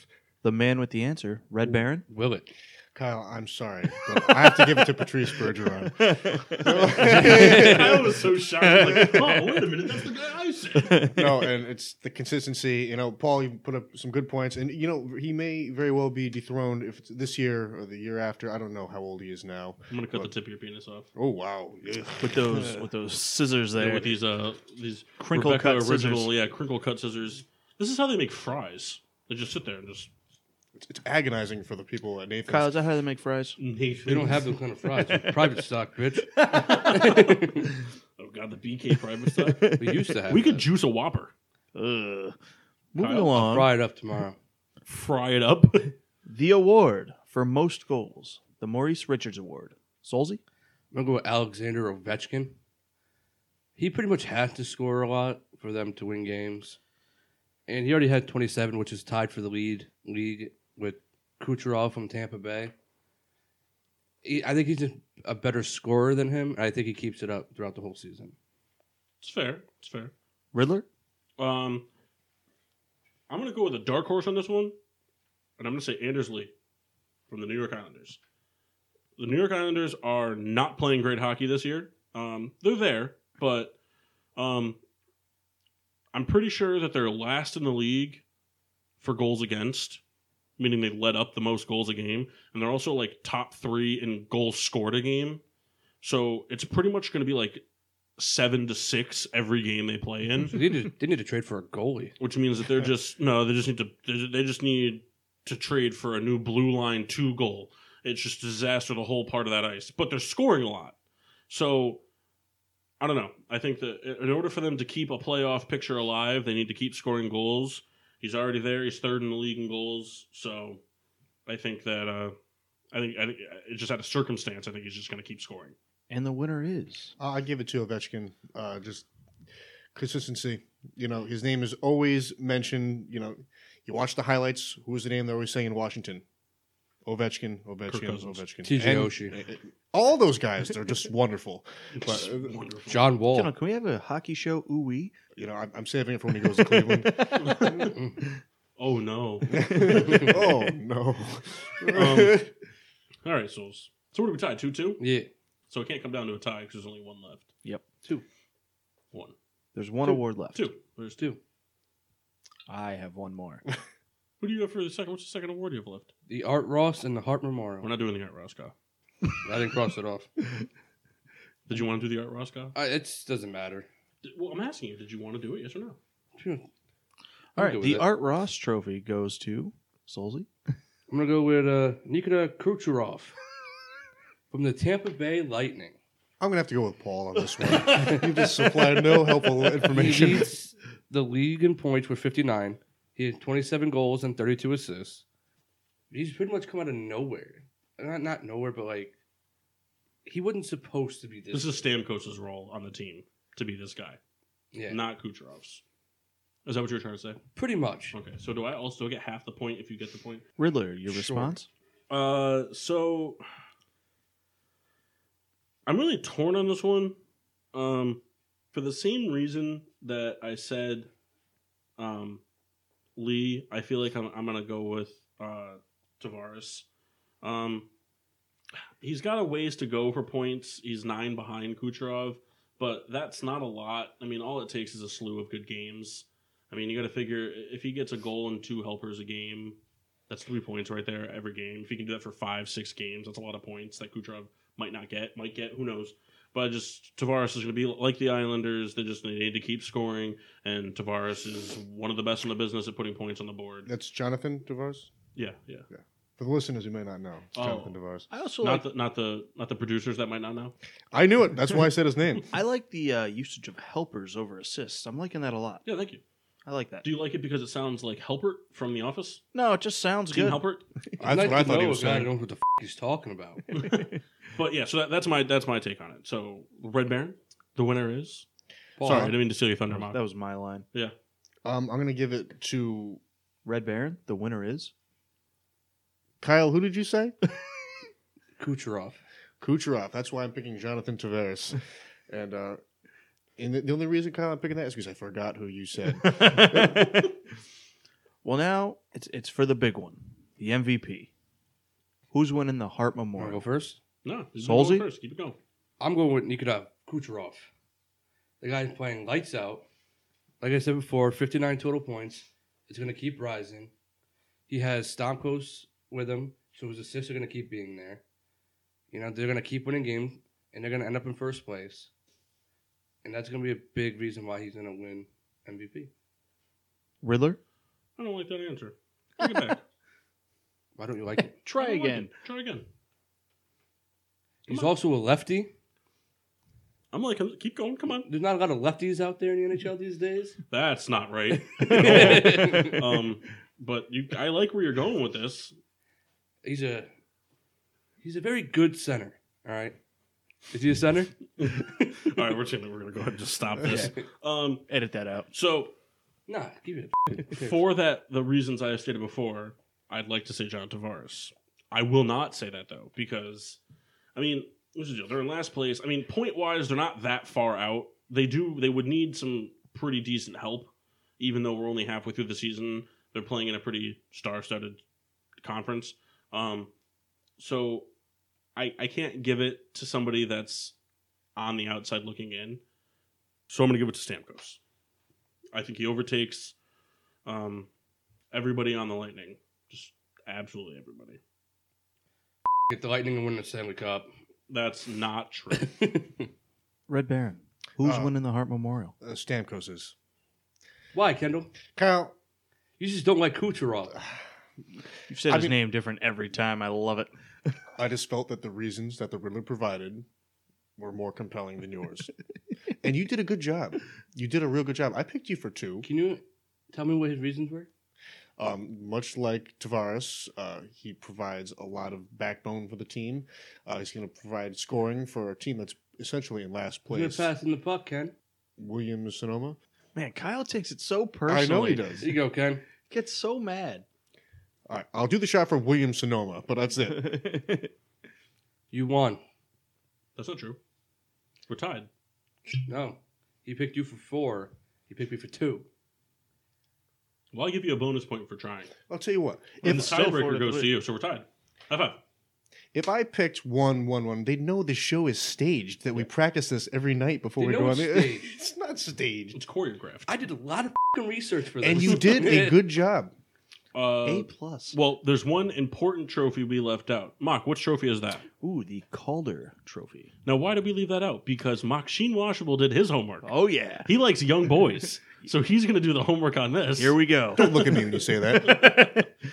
B: the man with the answer, Red Baron.
C: Will it?
D: Kyle, I'm sorry, but I have to give it to Patrice Bergeron.
A: I was so shocked. Like, oh, wait a minute, that's the guy I said.
D: no, and it's the consistency. You know, Paul, you put up some good points, and you know he may very well be dethroned if it's this year or the year after. I don't know how old he is now.
A: I'm gonna cut the tip of your penis off
D: Oh wow, Ugh.
B: With those with those scissors there.
A: with these uh these
B: Crinkle
A: Rebecca
B: cut
A: original
B: scissors.
A: yeah crinkle cut scissors. This is how they make fries. They just sit there and just
D: it's, it's agonizing for the people at Nathan's.
B: Kyle, is that how they make fries?
C: We don't have those kind of fries. We're Private stock, bitch.
A: oh god the BK private stuff.
C: We used to have.
A: we could
C: that.
A: juice a Whopper,
B: Ugh. Moving
A: Kyle,
B: along,
C: fry it up tomorrow.
A: fry it up.
B: the award for most goals, the Maurice Richards Award. Solzy?
C: I'm gonna go with Alexander Ovechkin. He pretty much has to score a lot for them to win games, and he already had 27, which is tied for the lead league with Kucherov from Tampa Bay. He, I think he's a, a better scorer than him, and I think he keeps it up throughout the whole season.
A: It's fair. It's fair.
B: Riddler?
A: Um, I'm gonna go with a dark horse on this one, and I'm gonna say Anders Lee from the New York Islanders. the New York Islanders are not playing great hockey this year. Um, they're there, but um, I'm pretty sure that they're last in the league for goals against, meaning they let up the most goals a game, and they're also like top three in goals scored a game. So it's pretty much going to be like seven to six every game they play in
C: So they, need to, they need to trade for a goalie.
A: which means that they're just no they just need to they ju- they just need to trade for a new blue line two goal it's just disaster the whole part of that ice but they're scoring a lot so i don't know i think that i- in order for them to keep a playoff picture alive they need to keep scoring goals he's already there he's third in the league in goals so i think that uh I think, I think it's just out of circumstance. I think he's just going to keep scoring.
B: And the winner is
D: Uh, I I give it to Ovechkin. Uh, just consistency. You know, his name is always mentioned. You know, you watch the highlights. Who was the name they're always saying in Washington? Ovechkin, Ovechkin,
A: Cousins.
D: Ovechkin.
C: TJ
D: And
C: Oshie.
D: All those guys, they're just wonderful. But,
A: It's
D: uh,
A: wonderful.
C: John Wall.
B: Gentlemen, can we have a hockey show? Ooh wee.
D: You know, I'm, I'm saving it for when he goes to Cleveland.
A: Oh no!
D: oh no!
A: Um, All right, souls. So what are we tied two two?
C: yeah.
A: So it can't come down to a tie because there's only one left.
C: Two.
A: One.
B: There's one
C: Two.
B: award left.
A: Two. There's two.
C: Two.
B: I have one more.
A: Who do you have for the second? What's the second award you have left?
C: The Art Ross and the Hart Memorial.
A: We're not doing the Art Roscoe.
C: I didn't cross it off.
A: Did you want to do the Art Roscoe?
C: I, it doesn't matter.
A: Did- Well, I'm asking you, did you want to do it? Yes or no?
B: All
C: I'm good
B: right.
C: with
B: The
C: it.
B: Art Ross Trophy goes to Solzy.
C: I'm gonna go with uh, Nikita Kucherov from the Tampa Bay Lightning.
D: I'm gonna have to go with Paul on this one. you just supplied no helpful
C: He
D: information.
C: leads the league in points with 59. He had 27 goals and 32 assists. He's pretty much come out of nowhere. Not not nowhere, but like he wasn't supposed to be this.
A: This is Stamkos' role on the team to be this guy,
C: yeah,
A: not Kucherov's. Is that what you were trying to say?
C: pretty much.
A: Okay. So do I also get half the point if you get the point?
B: Riddler, your
C: Sure.
B: response?
A: Uh, so I'm really torn on this one. Um, for the same reason that I said, um, Lee, I feel like I'm, I'm gonna go with uh, Tavares. Um, he's got a ways to go for points. He's nine behind Kucherov, but that's not a lot. I mean, all it takes is a slew of good games. I mean, you got to figure if he gets a goal and two helpers a game, that's three points right there every game. If you can do that for five, six games, that's a lot of points that Kucherov might not get, might get, who knows. But I just Tavares is going to be like the Islanders. They just need to keep scoring, and Tavares is one of the best in the business at putting points on the board.
D: That's Jonathan Tavares.
A: Yeah, yeah.
D: For the listeners who may not know, it's
A: Oh.
D: Jonathan Tavares.
B: I also
A: not the not the not the producers that might not know.
D: I knew it. That's why I said his name.
B: I like the uh, usage of helpers over assists. I'm liking that a lot.
A: Yeah, thank you.
B: I like that.
A: Do you like it because it sounds like Helpert from The Office?
B: No, it just sounds
A: Team
B: good.
A: Helpert.
D: That's what I thought he was
C: a guy that
D: saying.
C: knows what the f- he's talking about.
A: But yeah, so that, that's my that's my take on it. So Red Baron, the winner is.
C: Paul,
A: Sorry, I didn't mean to steal your thunder, Mark.
B: That was my line.
D: Um, I'm gonna give it to
B: Red Baron, the winner is.
D: Kyle. Who did you say?
C: Kucherov.
D: Kucherov. That's why I'm picking Jonathan Tavares. And uh, and the, the only reason Kyle I'm picking that is because I forgot who you said.
B: Well, now it's it's for the big one, the MVP. Who's winning the Hart
C: Want to go
B: Memorial?
C: first?
A: no, you
B: Solzy?
A: go first. Keep it going.
C: I'm going with Nikita Kucherov. The guy's playing lights out. Like I said before, 59 total points. It's going to keep rising. He has Stamkos with him, so his assists are going to keep being there. You know, they're going to keep winning games, and they're going to end up in first place. And that's going to be a big reason why he's going to win MVP.
B: Riddler,
A: I don't like that answer. Take it back.
C: Why don't you like it?
A: I
B: try
A: don't like
B: again.
A: it. Try again.
C: He's
A: Come on.
C: also a lefty.
A: I'm like, keep going. Come on.
C: There's not a lot of lefties out there in the NHL these days.
A: That's not right.
D: Uh,
A: um, but you, I like where you're going with this.
C: he's a he's a very good center. All right, is he a center?
A: All right, we're gonna we're gonna go ahead and just stop this. Um,
B: Edit that out.
A: so
C: Nah, give it. A
A: for that, the reasons I have stated before, I'd like to say John Tavares. I will not say that though because, I mean, this is the deal. They're in last place. I mean, point wise, they're not that far out. They do. They would need some pretty decent help, even though we're only halfway through the season. They're playing in a pretty star-studded conference. Um, so I, I can't give it to somebody that's on the outside looking in. So I'm going to give it to Stamkos. I think he overtakes um, everybody on the Lightning. Just absolutely everybody.
C: Get the Lightning and win the Stanley Cup.
A: That's not true.
B: Red Baron. Who's
D: Uh,
B: winning the Hart Memorial?
D: Uh, Stamkos is.
C: Why, Kendall?
D: Kyle,
C: You just don't like Kucherov.
B: You've said
D: I
B: his
D: mean-
B: name different every time. I love it.
D: I just felt that the reasons that the Riddler provided were more compelling than yours. and you did a good job. You did a real good job. I picked you for two.
C: Can you tell me what his reasons were?
D: Um, much like Tavares, uh, he provides a lot of backbone for the team. Uh, he's going to provide scoring for a team that's essentially in last
C: You're
D: place.
C: passing the puck, Ken.
D: Williams Sonoma.
B: Man, Kyle takes it so personally.
D: I know he does.
C: There you go, Ken.
B: Gets so mad.
D: All right, I'll do the shot for Williams Sonoma, but that's it.
C: You won.
A: that's not true. We're tied.
C: No. He picked you for four. He picked me for two.
A: Well, I'll give you a bonus point for trying.
D: I'll tell you what.
A: And the
D: If,
B: still Florida
A: tiebreaker goes
B: blue.
A: to you, so we're tied. High five.
D: if I picked one, one, one, they know the show is staged. That we practice this every night before
C: They
D: we
C: know
D: go on
C: it's
D: the
C: staged.
D: it's not staged.
A: It's choreographed.
C: I did a lot of fing research for this.
D: And you did a good job.
A: Uh,
B: a plus.
A: well, there's one important trophy we left out. Mock, which trophy is that?
B: Ooh, the Calder Trophy.
A: Now, why did we leave that out? Because Machine Washable did his homework.
B: Oh yeah.
A: He likes young boys, so he's going to do the homework on this.
B: Here we go.
D: Don't look at me when you say that.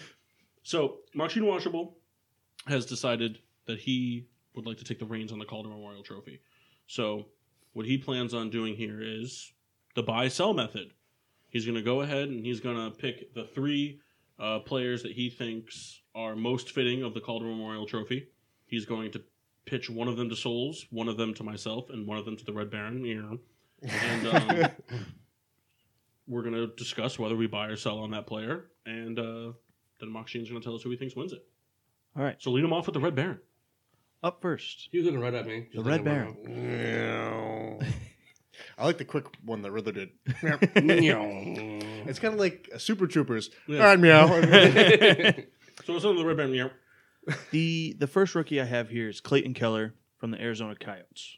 A: so, Machine Washable has decided that he would like to take the reins on the Calder Memorial Trophy. So, what he plans on doing here is the buy sell method. He's going to go ahead and he's going to pick the three uh, players that he thinks are most fitting of the Calder Memorial Trophy. He's going to pitch one of them to Souls, one of them to myself, and one of them to the Red Baron. Yeah. And um, we're going to discuss whether we buy or sell on that player. And uh, then Makshin's going to tell us who he thinks wins it.
B: All right.
A: So lead him off with the Red Baron.
B: Up first.
C: He was looking right at me.
B: The Red Baron.
D: Meow. I like the quick one that Riddler did. Meow.
C: Meow.
D: it's kind of like Super Troopers.
A: Yeah.
D: All right, meow.
A: So it's under the Red Baron. Yeah.
B: The the first rookie I have here is Clayton Keller from the Arizona Coyotes.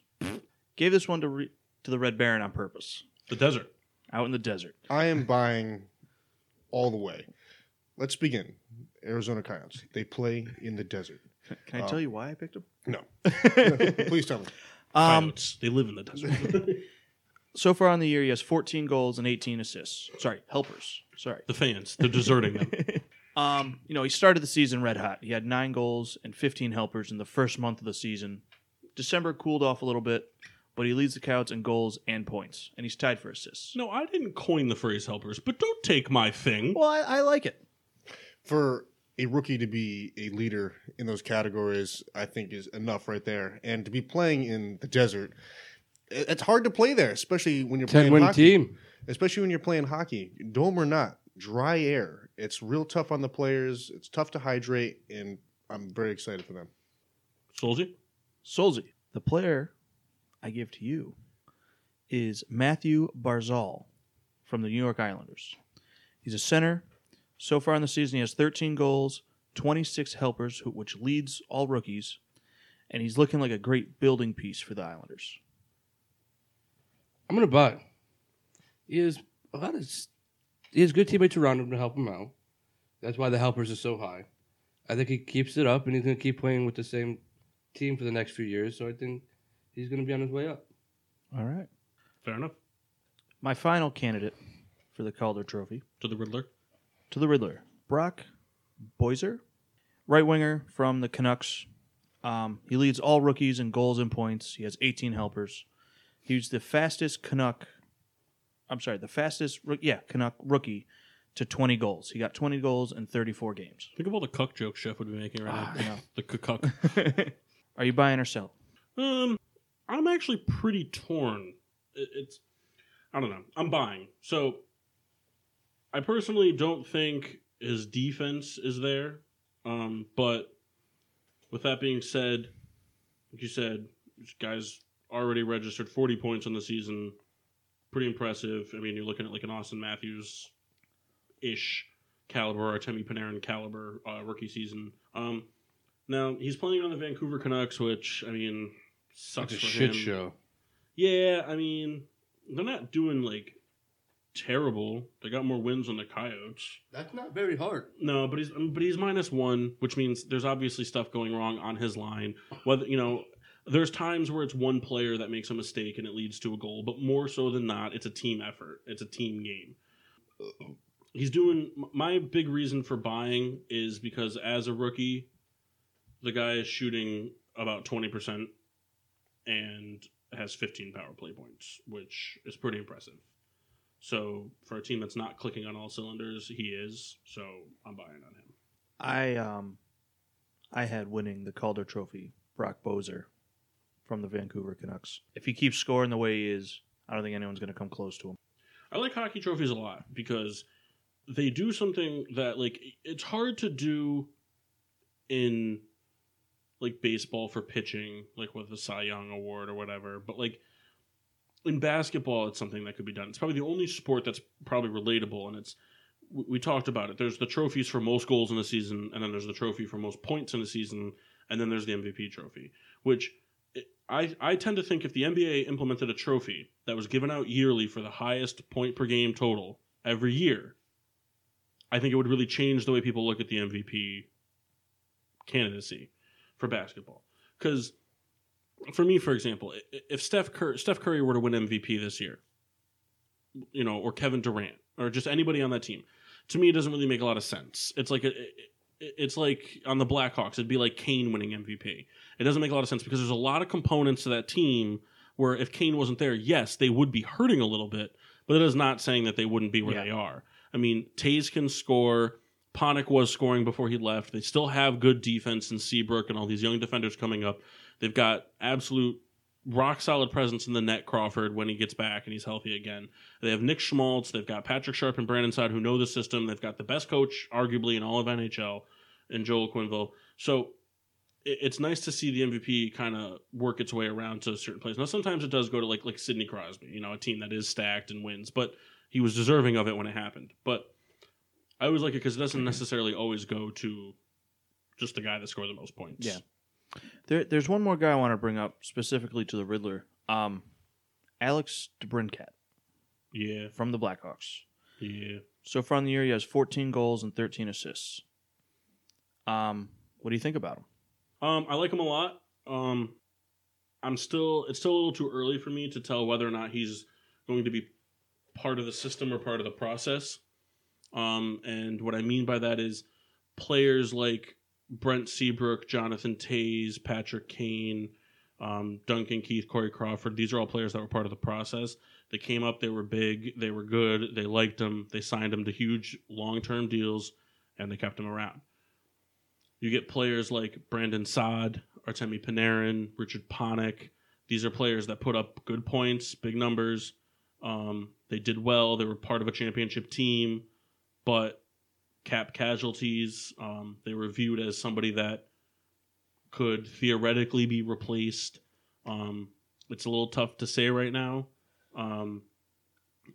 B: Gave this one to re- to the Red Baron on purpose.
A: The desert.
B: Out in the desert.
D: I am buying all the way. Let's begin. Arizona Coyotes. They play in the desert.
B: Can I
D: Oh.
B: tell you why I picked him?
D: No. Please tell me.
B: Um,
A: Coyotes. They live in the desert.
B: so far on the year, he has 14 goals and 18 assists. Sorry, helpers. Sorry.
A: the fans. They're deserting them.
B: Um, you know, he started the season red hot. He had nine goals and 15 helpers in the first month of the season. December cooled off a little bit, but he leads the Coyotes in goals and points, and he's tied for assists.
A: No, I didn't coin the phrase helpers, but don't take my thing.
B: Well, I, I like it.
D: For a rookie to be a leader in those categories, I think is enough right there. And to be playing in the desert, it- it's hard to play there, especially when you're
C: Ten
D: playing
C: win
D: hockey.
C: team.
D: especially when you're playing hockey, dome or not, dry air. It's real tough on the players. It's tough to hydrate, and I'm very excited for them.
A: Soulsy?
B: Solzy, the player I give to you is Matthew Barzal from the New York Islanders. He's a center. So far in the season, he has 13 goals, 26 helpers, who- which leads all rookies, and he's looking like a great building piece for the Islanders.
C: I'm gonna buy. He has a lot of. s- He has good teammates around him to help him out. That's why the helpers are so high. I think he keeps it up, and he's gonna keep playing with the same team for the next few years. So I think he's gonna be on his way up.
B: All right.
A: Fair enough.
B: My final candidate for the Calder Trophy
A: To the Riddler.
B: to the Riddler, Brock Boiser, right winger from the Canucks. Um, he leads all rookies in goals and points. He has 18 helpers. He's the fastest Canuck. I'm sorry, the fastest, roo- yeah, Canuck rookie to 20 goals. He got 20 goals in 34 games.
A: Think of all the cuck jokes Chef would be making right now.
B: Ah, I know.
A: The cuck.
B: Are you buying or selling?
A: Um, I'm actually pretty torn. It- It's, I don't know. I'm buying. So, I personally don't think his defense is there. Um, but with that being said, like you said, this guy's already registered 40 points on the season. Pretty impressive. I mean, you're looking at like an Austin Matthews ish caliber or Artemi Panarin caliber uh, rookie season. Um, Now he's playing on the Vancouver Canucks, which I mean
C: It's
A: sucks
C: a
A: for
C: shit
A: him.
C: show.
A: Yeah, I mean they're not doing like terrible. They got more wins than the Coyotes.
C: That's not very hard.
A: No, but he's um, but he's minus one, which means there's obviously stuff going wrong on his line. Whether you know, there's times where it's one player that makes a mistake and it leads to a goal, but more so than not, it's a team effort. It's a team game. He's doing m- my big reason for buying is because as a rookie, the guy is shooting about twenty percent and has fifteen power play points, which is pretty impressive. So for a team that's not clicking on all cylinders, he is. So I'm buying on him.
B: I um, I had winning the Calder Trophy Brock Bozer from the Vancouver Canucks. If he keeps scoring the way he is, I don't think anyone's going to come close to him.
A: I like hockey trophies a lot because they do something that like it's hard to do in like baseball for pitching, like with the Cy Young Award or whatever. But like in basketball, it's something that could be done. It's probably the only sport that's probably relatable, and it's we, we talked about it. There's the trophies for most goals in a season, and then there's the trophy for most points in a season, and then there's the MVP trophy, which I, I tend to think if the NBA implemented a trophy that was given out yearly for the highest point per game total every year, I think it would really change the way people look at the MVP candidacy for basketball. Because for me, for example, i- i- if Steph Curry, Steph Curry were to win MVP this year, you know, or Kevin Durant, or just anybody on that team, to me, it doesn't really make a lot of sense. It's like a, it- it's like on the Blackhawks, it'd be like Kane winning MVP it doesn't make a lot of sense because there's a lot of components to that team where if Kane wasn't there, yes, they would be hurting a little bit, but that is not saying that they wouldn't be where
B: Yeah.
A: they are. I mean, Tays can score. Ponick was scoring before he left. They still have good defense in Seabrook and all these young defenders coming up. They've got absolute rock solid presence in the net Crawford when he gets back and he's healthy again. They have Nick Schmaltz. They've got Patrick Sharp and Brandon Sod who know the system. They've got the best coach arguably in all of NHL and Joel Quinville. So it- it's nice to see the MVP kind of work its way around to a certain place. Now, sometimes it does go to like like Sidney Crosby, you know, a team that is stacked and wins, but he was deserving of it when it happened. But I always like it because it doesn't necessarily always go to just the guy that scored the most points.
B: Yeah. There, there's one more guy I want to bring up specifically to the Riddler. Um, Alex DeBrincat
A: yeah,
B: from the Blackhawks.
A: yeah.
B: So far in the year, he has 14 goals and 13 assists. Um, what do you think about him?
A: Um, I like him a lot. Um, I'm still it's still a little too early for me to tell whether or not he's going to be part of the system or part of the process. Um, and what I mean by that is players like Brent Seabrook, Jonathan Tays, Patrick Kane, um, Duncan Keith, Corey Crawford. These are all players that were part of the process. They came up, they were big, they were good, they liked them, they signed them to huge long term deals, and they kept them around. You get players like Brandon Saad, Artemi Panarin, Richard Ponick. These are players that put up good points, big numbers. Um, they did well. They were part of a championship team, but cap casualties. Um, they were viewed as somebody that could theoretically be replaced. Um, it's a little tough to say right now. Um,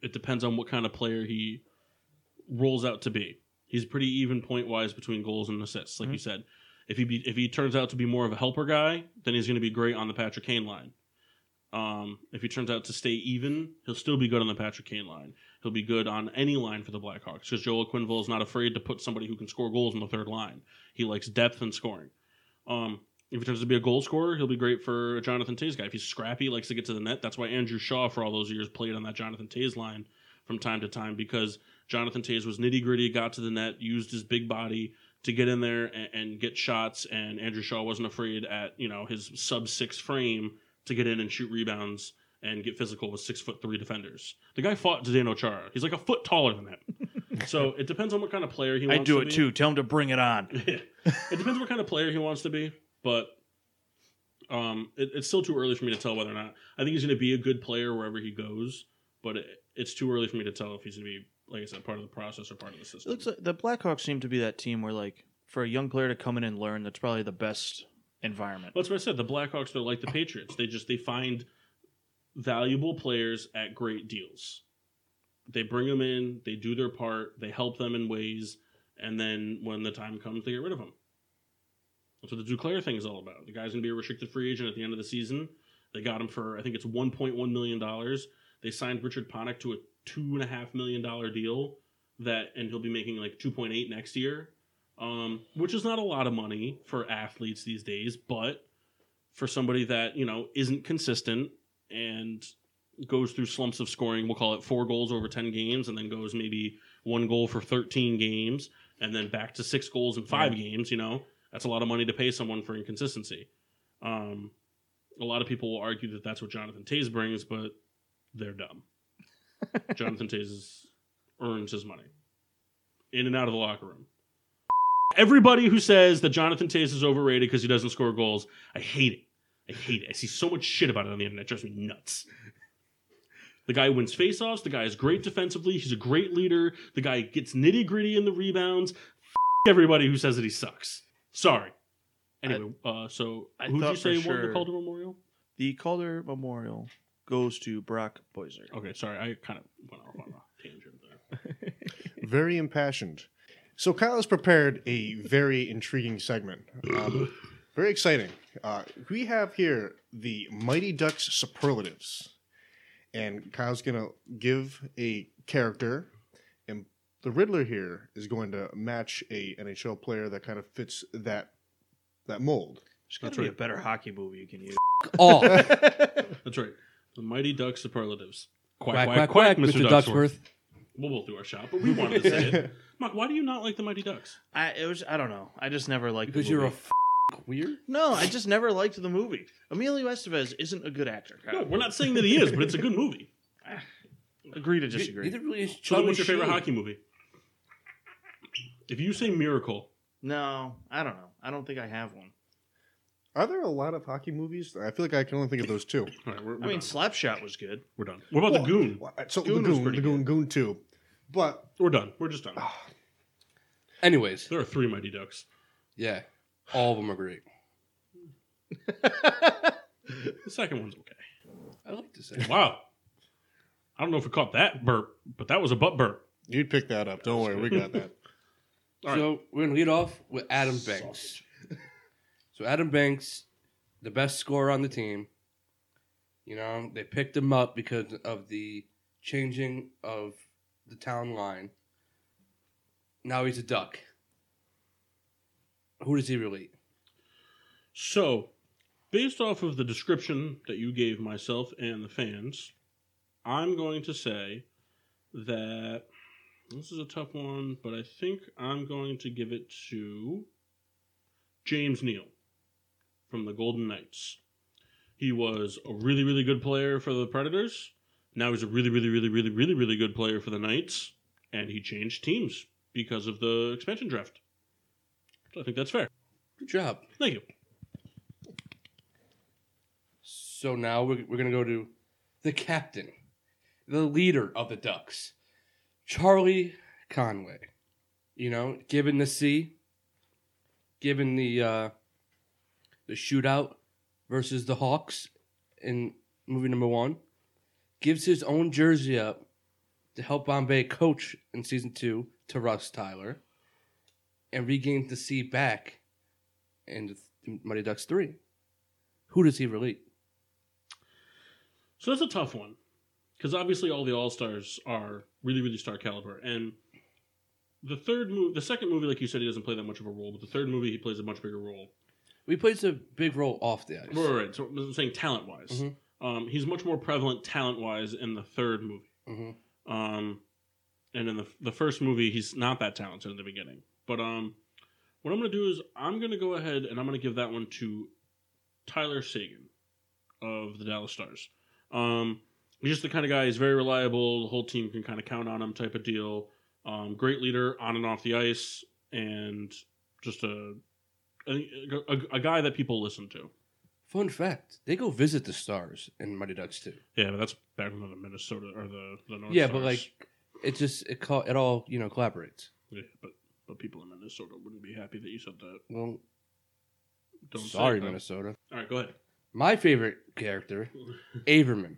A: it depends on what kind of player he rolls out to be. He's pretty even point wise between goals and assists, like you said. If he be, if he turns out to be more of a helper guy, then he's going to be great on the Patrick Kane line. Um, if he turns out to stay even, he'll still be good on the Patrick Kane line. He'll be good on any line for the Blackhawks because Joel Quinville is not afraid to put somebody who can score goals on the third line. He likes depth and scoring. Um, if he turns out to be a goal scorer, he'll be great for a Jonathan Tays guy. If he's scrappy, likes to get to the net, that's why Andrew Shaw for all those years played on that Jonathan Tays line from time to time because Jonathan Tays was nitty gritty, got to the net, used his big body to get in there and, and get shots, and Andrew Shaw wasn't afraid at you know his sub six frame to get in and shoot rebounds and get physical with six foot three defenders. The guy fought Zdeno Chara. He's like a foot taller than that. so it depends on what kind of player he
B: I
A: wants.
B: do
A: to
B: it
A: be.
B: too. Tell him to bring it on.
A: Yeah. it depends what kind of player he wants to be, but um, it, it's still too early for me to tell whether or not. I think he's going to be a good player wherever he goes, but it, it's too early for me to tell if he's going to be, like I said, part of the process or part of the
B: It
A: system.
B: looks like the Blackhawks seem to be that team where, like, for a young player to come in and learn, that's probably the best environment.
A: That's what I said. The Blackhawks they're like the Patriots. They just they find valuable players at great deals. They bring them in. They do their part. They help them in ways, and then when the time comes, they get rid of them. That's what the Duclair thing is all about. The guy's going to be a restricted free agent at the end of the season. They got him for, I think it's $1.1 million. They signed Richard Ponick to a $2.5 million deal that, and he'll be making like 2.8 next year, um, which is not a lot of money for athletes these days, but for somebody that, you know, isn't consistent and goes through slumps of scoring, we'll call it four goals over 10 games, and then goes maybe one goal for 13 games, and then back to six goals in five games, you know, that's a lot of money to pay someone for inconsistency. Um, a lot of people will argue that that's what Jonathan Tays brings, but they're dumb. Jonathan Tays earns his money in and out of the locker room. Everybody who says that Jonathan Tays is overrated because he doesn't score goals, I hate it. I hate it. I see so much shit about it on the internet. It drives me nuts. The guy wins faceoffs. The guy is great defensively. He's a great leader. The guy gets nitty gritty in the rebounds. F- everybody who says that he sucks. Sorry. Anyway, uh, so
B: I
A: who'd you
B: thought
A: say
B: for
A: won the
B: sure-
A: Calder Memorial?
B: The Calder Memorial goes to Brock Boiser.
A: Okay, sorry, I kind of went off on a tangent there.
D: Very impassioned. So Kyle has prepared a very intriguing segment. Um, very exciting. Uh, we have here the Mighty Ducks superlatives, and Kyle's gonna give a character, and the Riddler here is going to match a NHL player that kind of fits that that mold.
B: There's got
A: That's
B: to be a
A: right.
B: better hockey movie you can use.
C: All.
A: That's right. The Mighty Duck superlatives.
C: Quack, quack, quack, Mr. Ducksworth.
A: We'll both do our shot, but we wanted to say it. Mark, why do you not like the Mighty Ducks?
B: I it was I don't know. I just never liked
C: Because
B: the
C: you're a
B: movie.
C: f- weird.
B: No, I just never liked the movie. Emilio Estevez isn't a good actor. Kyle.
A: No, we're not saying that he is, but it's a good movie.
B: Agree to disagree.
C: Neither really is
A: So then
C: Charlie
A: what's your favorite
C: Sheen.
A: hockey movie? If you say Miracle,
B: No, I don't know. I don't think I have one.
D: Are there a lot of hockey movies? I feel like I can only think of those two.
A: all right, we're, we're
B: I mean,
A: done.
B: Slapshot was good.
A: we're done. What about The Goon?
D: Well, So
B: Goon
D: the
B: was
D: Goon,
B: pretty
D: the Goon, Goon Two, but ah,
A: We're done. We're just done.
C: Anyways,
A: There are three Mighty Ducks.
C: yeah, all of them are great.
A: The second one's okay.
C: I like to say.
A: Wow. I don't know if we caught that burp, but that was a butt burp.
D: you'd pick that up. Don't worry, we got that.
A: All
C: So we're gonna lead off with Adam Banks. so Adam Banks, the best scorer on the team. You know they picked him up because of the changing of the town line. Now he's a duck. Who does he relate?
A: So, based off of the description that you gave myself and the fans, I'm going to say that this is a tough one, but I think I'm going to give it to James Neal from the Golden Knights. He was a really, really good player for the Predators. Now he's a really, really, really, really, really, really good player for the Knights, and he changed teams because of the expansion draft. So I think that's fair.
C: Good job.
A: Thank you.
C: So now we're, we're going to go to the captain, the leader of the Ducks, Charlie Conway. You know, given the C, given the uh, the shootout versus the Hawks in movie number one, gives his own jersey up to help Bombay coach in season two to Russ Tyler, and regains the C back in Mighty Ducks three. Who does he relate?
A: So that's a tough one because obviously all the All Stars are really, really star caliber. And the third movie, the second movie, like you said, he doesn't play that much of a role, but the third movie, he plays a much bigger role.
C: We plays a big role off the ice.
A: Right, right, right. So I'm saying talent wise.
C: Mhm.
A: Um, he's much more prevalent talent wise in the third movie.
C: Mhm.
A: Um, and in the, the first movie, he's not that talented in the beginning. But um, what I'm going to do is I'm going to go ahead and I'm going to give that one to Tyler Sagan of the Dallas Stars. Um, he's just the kind of guy. He's very reliable. The whole team can kind of count on him, type of deal. Um, great leader on and off the ice, and just a a, a- a guy that people listen to.
C: Fun fact: they go visit the stars in Mighty Ducks too.
A: Yeah, but that's back from the Minnesota or the Oh, the North
C: yeah, but
A: Stars.
C: like, it just it call, it all you know collaborates.
A: yeah, but but people in Minnesota wouldn't be happy that you said that.
C: Well,
A: Don't
C: sorry,
A: say it, though.
C: Minnesota.
A: All right, go ahead.
C: My favorite character, Averman,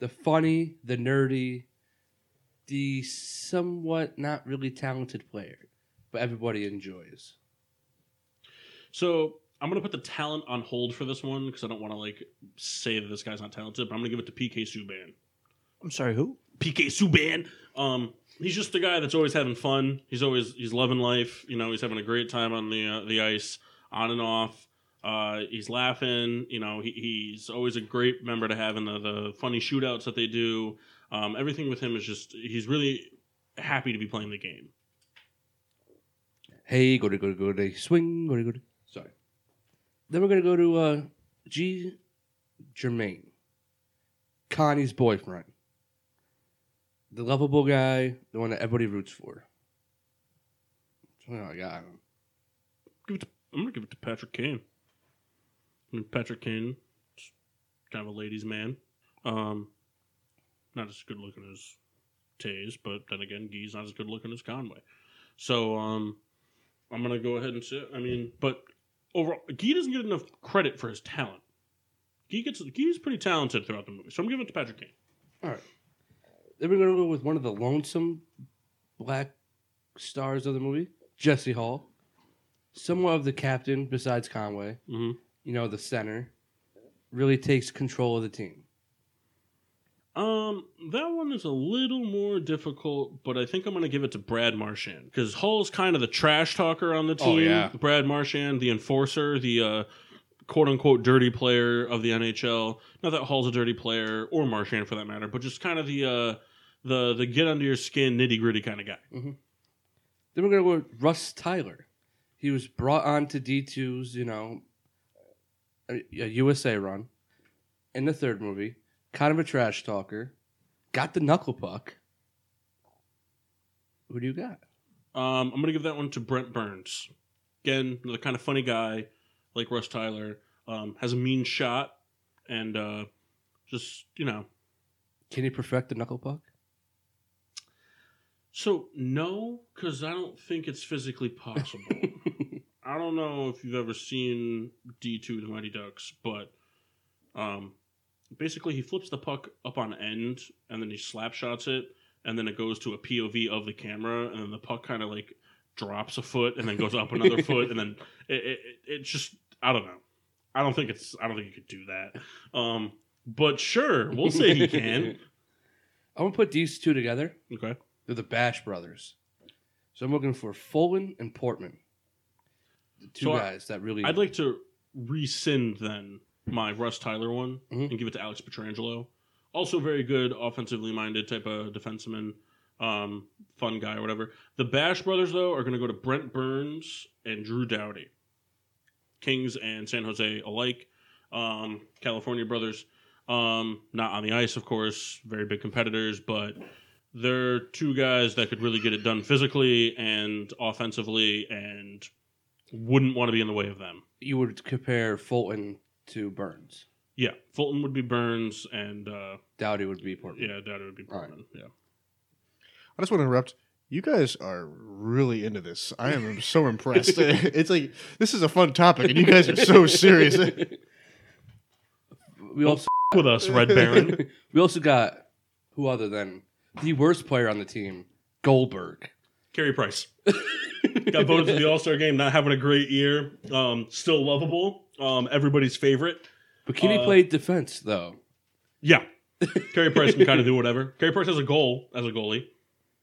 C: the funny, the nerdy, the somewhat not really talented player, but everybody enjoys.
A: So I'm gonna put the talent on hold for this one because I don't want to like say that this guy's not talented. But I'm gonna give it to PK Subban.
B: I'm sorry, who?
A: PK Subban. Um, he's just the guy that's always having fun. He's always he's loving life. You know, he's having a great time on the uh, the ice, on and off. Uh, he's laughing. You know, he, he's always a great member to have in the, the funny shootouts that they do. Um, everything with him is just he's really happy to be playing the game.
C: Hey, go to go to go to swing, go to go to. Sorry. Then we're gonna go to uh, G. Germain, Connie's boyfriend, the lovable guy, the one that everybody roots for. That's all I got.
A: Give it to, I'm gonna give it to Patrick Kane. I mean, Patrick Kane, is kind of a ladies' man. Um, not as good looking as Tays, but then again, Gee's not as good looking as Conway. So um, I'm gonna go ahead and say, I mean, but overall, Gee doesn't get enough credit for his talent. Gee gets Gee's pretty talented throughout the movie, so I'm giving it to Patrick Kane.
C: Then we're gonna go with one of the lonesome black stars of the movie, Jesse Hall, somewhat of the captain besides Conway.
A: Mhm.
C: You know, the center really takes control of the team.
A: Um, that one is a little more difficult, but I think I'm going to give it to Brad Marchand because Hull's kind of the trash talker on the team.
C: Oh, yeah.
A: Brad Marchand, the enforcer, the uh, quote unquote dirty player of the NHL. Not that Hull's a dirty player or Marchand for that matter, but just kind of the uh, the the get under your skin nitty gritty kind of guy.
C: Then we're gonna go with Russ Tyler. He was brought on to D2's, you know, a, a USA run in the third movie. Kind of a trash talker. Got the knuckle puck. Who do you got?
A: Um, I'm gonna give that one to Brent Burns. Again, the kind of funny guy, like Russ Tyler, um, has a mean shot and uh, just you know
C: Can he perfect the knuckle puck?
A: So no, because I don't think it's physically possible. I don't know if you've ever seen D two the Mighty Ducks, but um, basically he flips the puck up on end and then he slap shots it, and then it goes to a POV of the camera, and then the puck kind of like drops a foot and then goes up another foot, and then it, it, it- it's just I don't know. I don't think it's I don't think you could do that. Um, but sure, we'll say he can.
C: I'm gonna put these two together.
A: Okay.
C: They're the Bash Brothers. So I'm looking for Fulton and Portman. The two
A: So I-
C: guys that really
A: I'd like to rescind then my Russ Tyler one
C: Mhm.
A: and give it to Alex Petrangelo. Also, very good offensively minded type of defenseman, um, fun guy or whatever. The Bash brothers though are going to go to Brent Burns and Drew Dowdy, Kings and San Jose alike, um, California brothers. Um, not on the ice, of course, very big competitors, but they're two guys that could really get it done physically and offensively, and wouldn't want to be in the way of them.
C: you would compare Fulton to Burns.
A: Yeah, Fulton would be Burns, and uh,
C: Dowdy would be Portman.
A: yeah, Dowdy would be
C: All right.
A: Portman. Yeah,
D: I just want to interrupt. You guys are really into this. I am so impressed. it's like this is a fun topic, and you guys are so serious.
C: We also
A: with us, Red Baron.
C: we also got who other than the worst player on the team, Goldberg.
A: Carey Price got voted to the All Star game, not having a great year. Um, still lovable. Um, everybody's favorite.
C: Bikini
A: Uh,
C: played defense though.
A: Yeah, Carey Price can kind of do whatever. Carey Price has a goal as a goalie,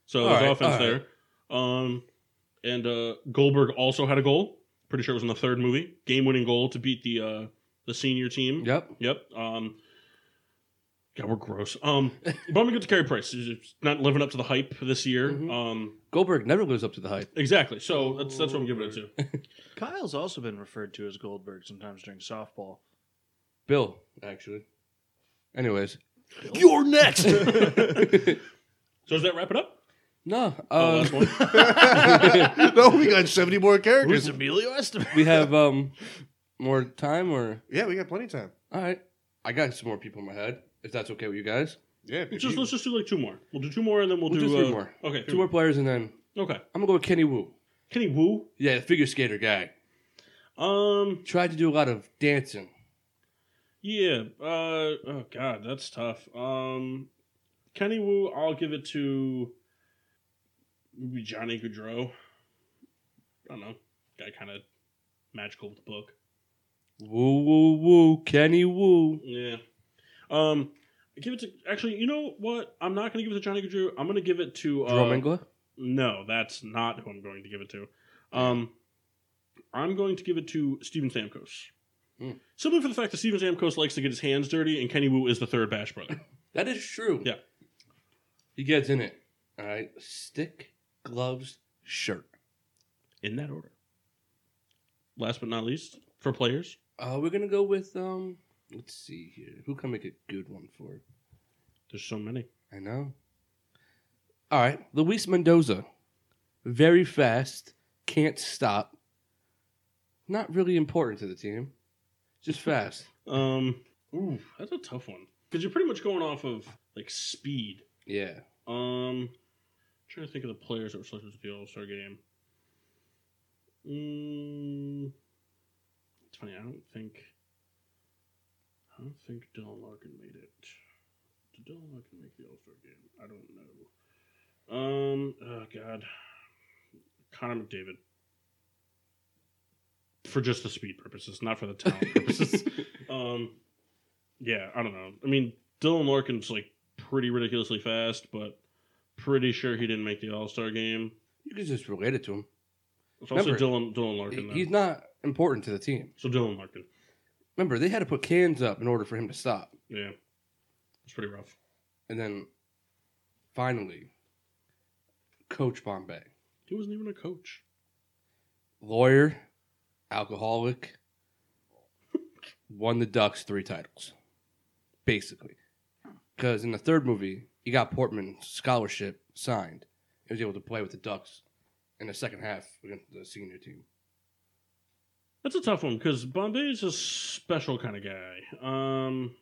A: so
C: All
A: there's
C: right,
A: offense
C: all right.
A: there. Um, and uh, Goldberg also had a goal. Pretty sure it was in the third movie, game winning goal to beat the uh, the senior team.
C: Yep.
A: Yep. Um, God, we're gross. Um, but I'm gonna get to Carey Price. He's just not living up to the hype this year.
C: Mhm.
A: Um,
C: Goldberg never lives up to the hype.
A: exactly. So that's that's what I'm giving it to.
B: Kyle's also been referred to as Goldberg sometimes during softball.
C: Bill, actually. Anyways.
A: You're next. so does that wrap it up?
C: No.
A: Oh,
C: Uh,
A: last one.
D: no, we got seventy more characters.
B: Emilio Estevez?
C: we have um more time or
D: Yeah, we got plenty of time.
C: all right. I got some more people in my head, if that's okay with you guys.
D: Yeah, if
A: Just
D: you-
A: let's just do like two more. We'll do two more and then we'll,
C: We'll
A: do,
C: do three
A: uh,
C: more.
A: Okay.
C: Two more players and then
A: Okay.
C: I'm gonna go with Kenny Wu.
A: Kenny Wu.
C: Yeah, the figure skater guy.
A: Um.
C: Tried to do a lot of dancing.
A: Yeah. Uh. Oh God, that's tough. Um. Kenny Wu. I'll give it to maybe Johnny Gaudreau. I don't know. Guy kind of magical with the book.
C: Woo woo woo, Kenny Woo.
A: Yeah. Um, I give it to actually. You know what? I'm not going to give it to Johnny Gaudreau. I'm going to give it to uh,
C: Jerome Engler?
A: No, that's not who I'm going to give it to. Um, I'm going to give it to Steven Stamkos.
C: Hmm.
A: Simply for the fact that Steven Stamkos likes to get his hands dirty, and Kenny Wu is the third Bash brother.
C: That is true.
A: Yeah.
C: He gets in it. All right. Stick, gloves, shirt.
A: In that order. Last but not least, for players,
C: Uh, we're gonna go with um. Let's see here. Who can make a good one for?
A: there's so many.
C: I know. All right, Luis Mendoza, very fast, can't stop. Not really important to the team, just fast.
A: Um, ooh, that's a tough one because you're pretty much going off of like speed.
C: Yeah.
A: Um, trying to think of the players that were selected to the All Star game. Mm, it's funny. I don't think. I don't think Dylan Larkin made it. Did Dylan Larkin make the All Star game? I don't know. Um. Oh God. Connor McDavid. For just the speed purposes, not for the talent purposes. Um, yeah, I don't know. I mean, Dylan Larkin's like pretty ridiculously fast, but pretty sure he didn't make the All Star game.
C: you can just relate it to him.
A: It's also Dylan
C: Remember,
A: Dylan
C: He-
A: Larkin. then.
C: He's not important to the team.
A: so Dylan Larkin.
C: Remember, they had to put cans up in order for him to stop,
A: Yeah, it's pretty rough.
C: and then finally, Coach Bombay,
A: He wasn't even a coach.
C: lawyer, alcoholic, won the Ducks three titles, basically. Because in the third movie, he got Portman's scholarship signed. He was able to play with the Ducks in the second half against the senior team.
A: That's a tough one because Bombay is a special kind of guy. Um,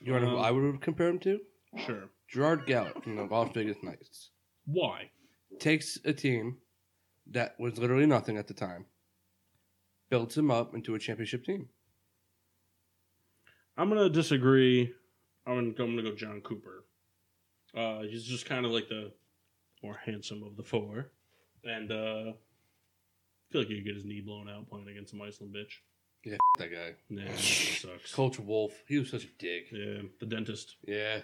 C: You want to know who
A: Um,
C: I would compare him to?
A: sure.
C: Gerard Gallup from the Las Vegas Knights.
A: Why?
C: Takes a team that was literally nothing at the time, builds him up into a championship team.
A: I'm gonna disagree. I'm gonna, I'm gonna go John Cooper. Uh, he's just kind of like the more handsome of the four, and uh, I feel like he'd get his knee blown out playing against some Iceland bitch.
C: Yeah, that guy.
A: Nah, that sucks.
C: Coach Wolf, he was such a dig.
A: Yeah, the dentist
C: Yeah.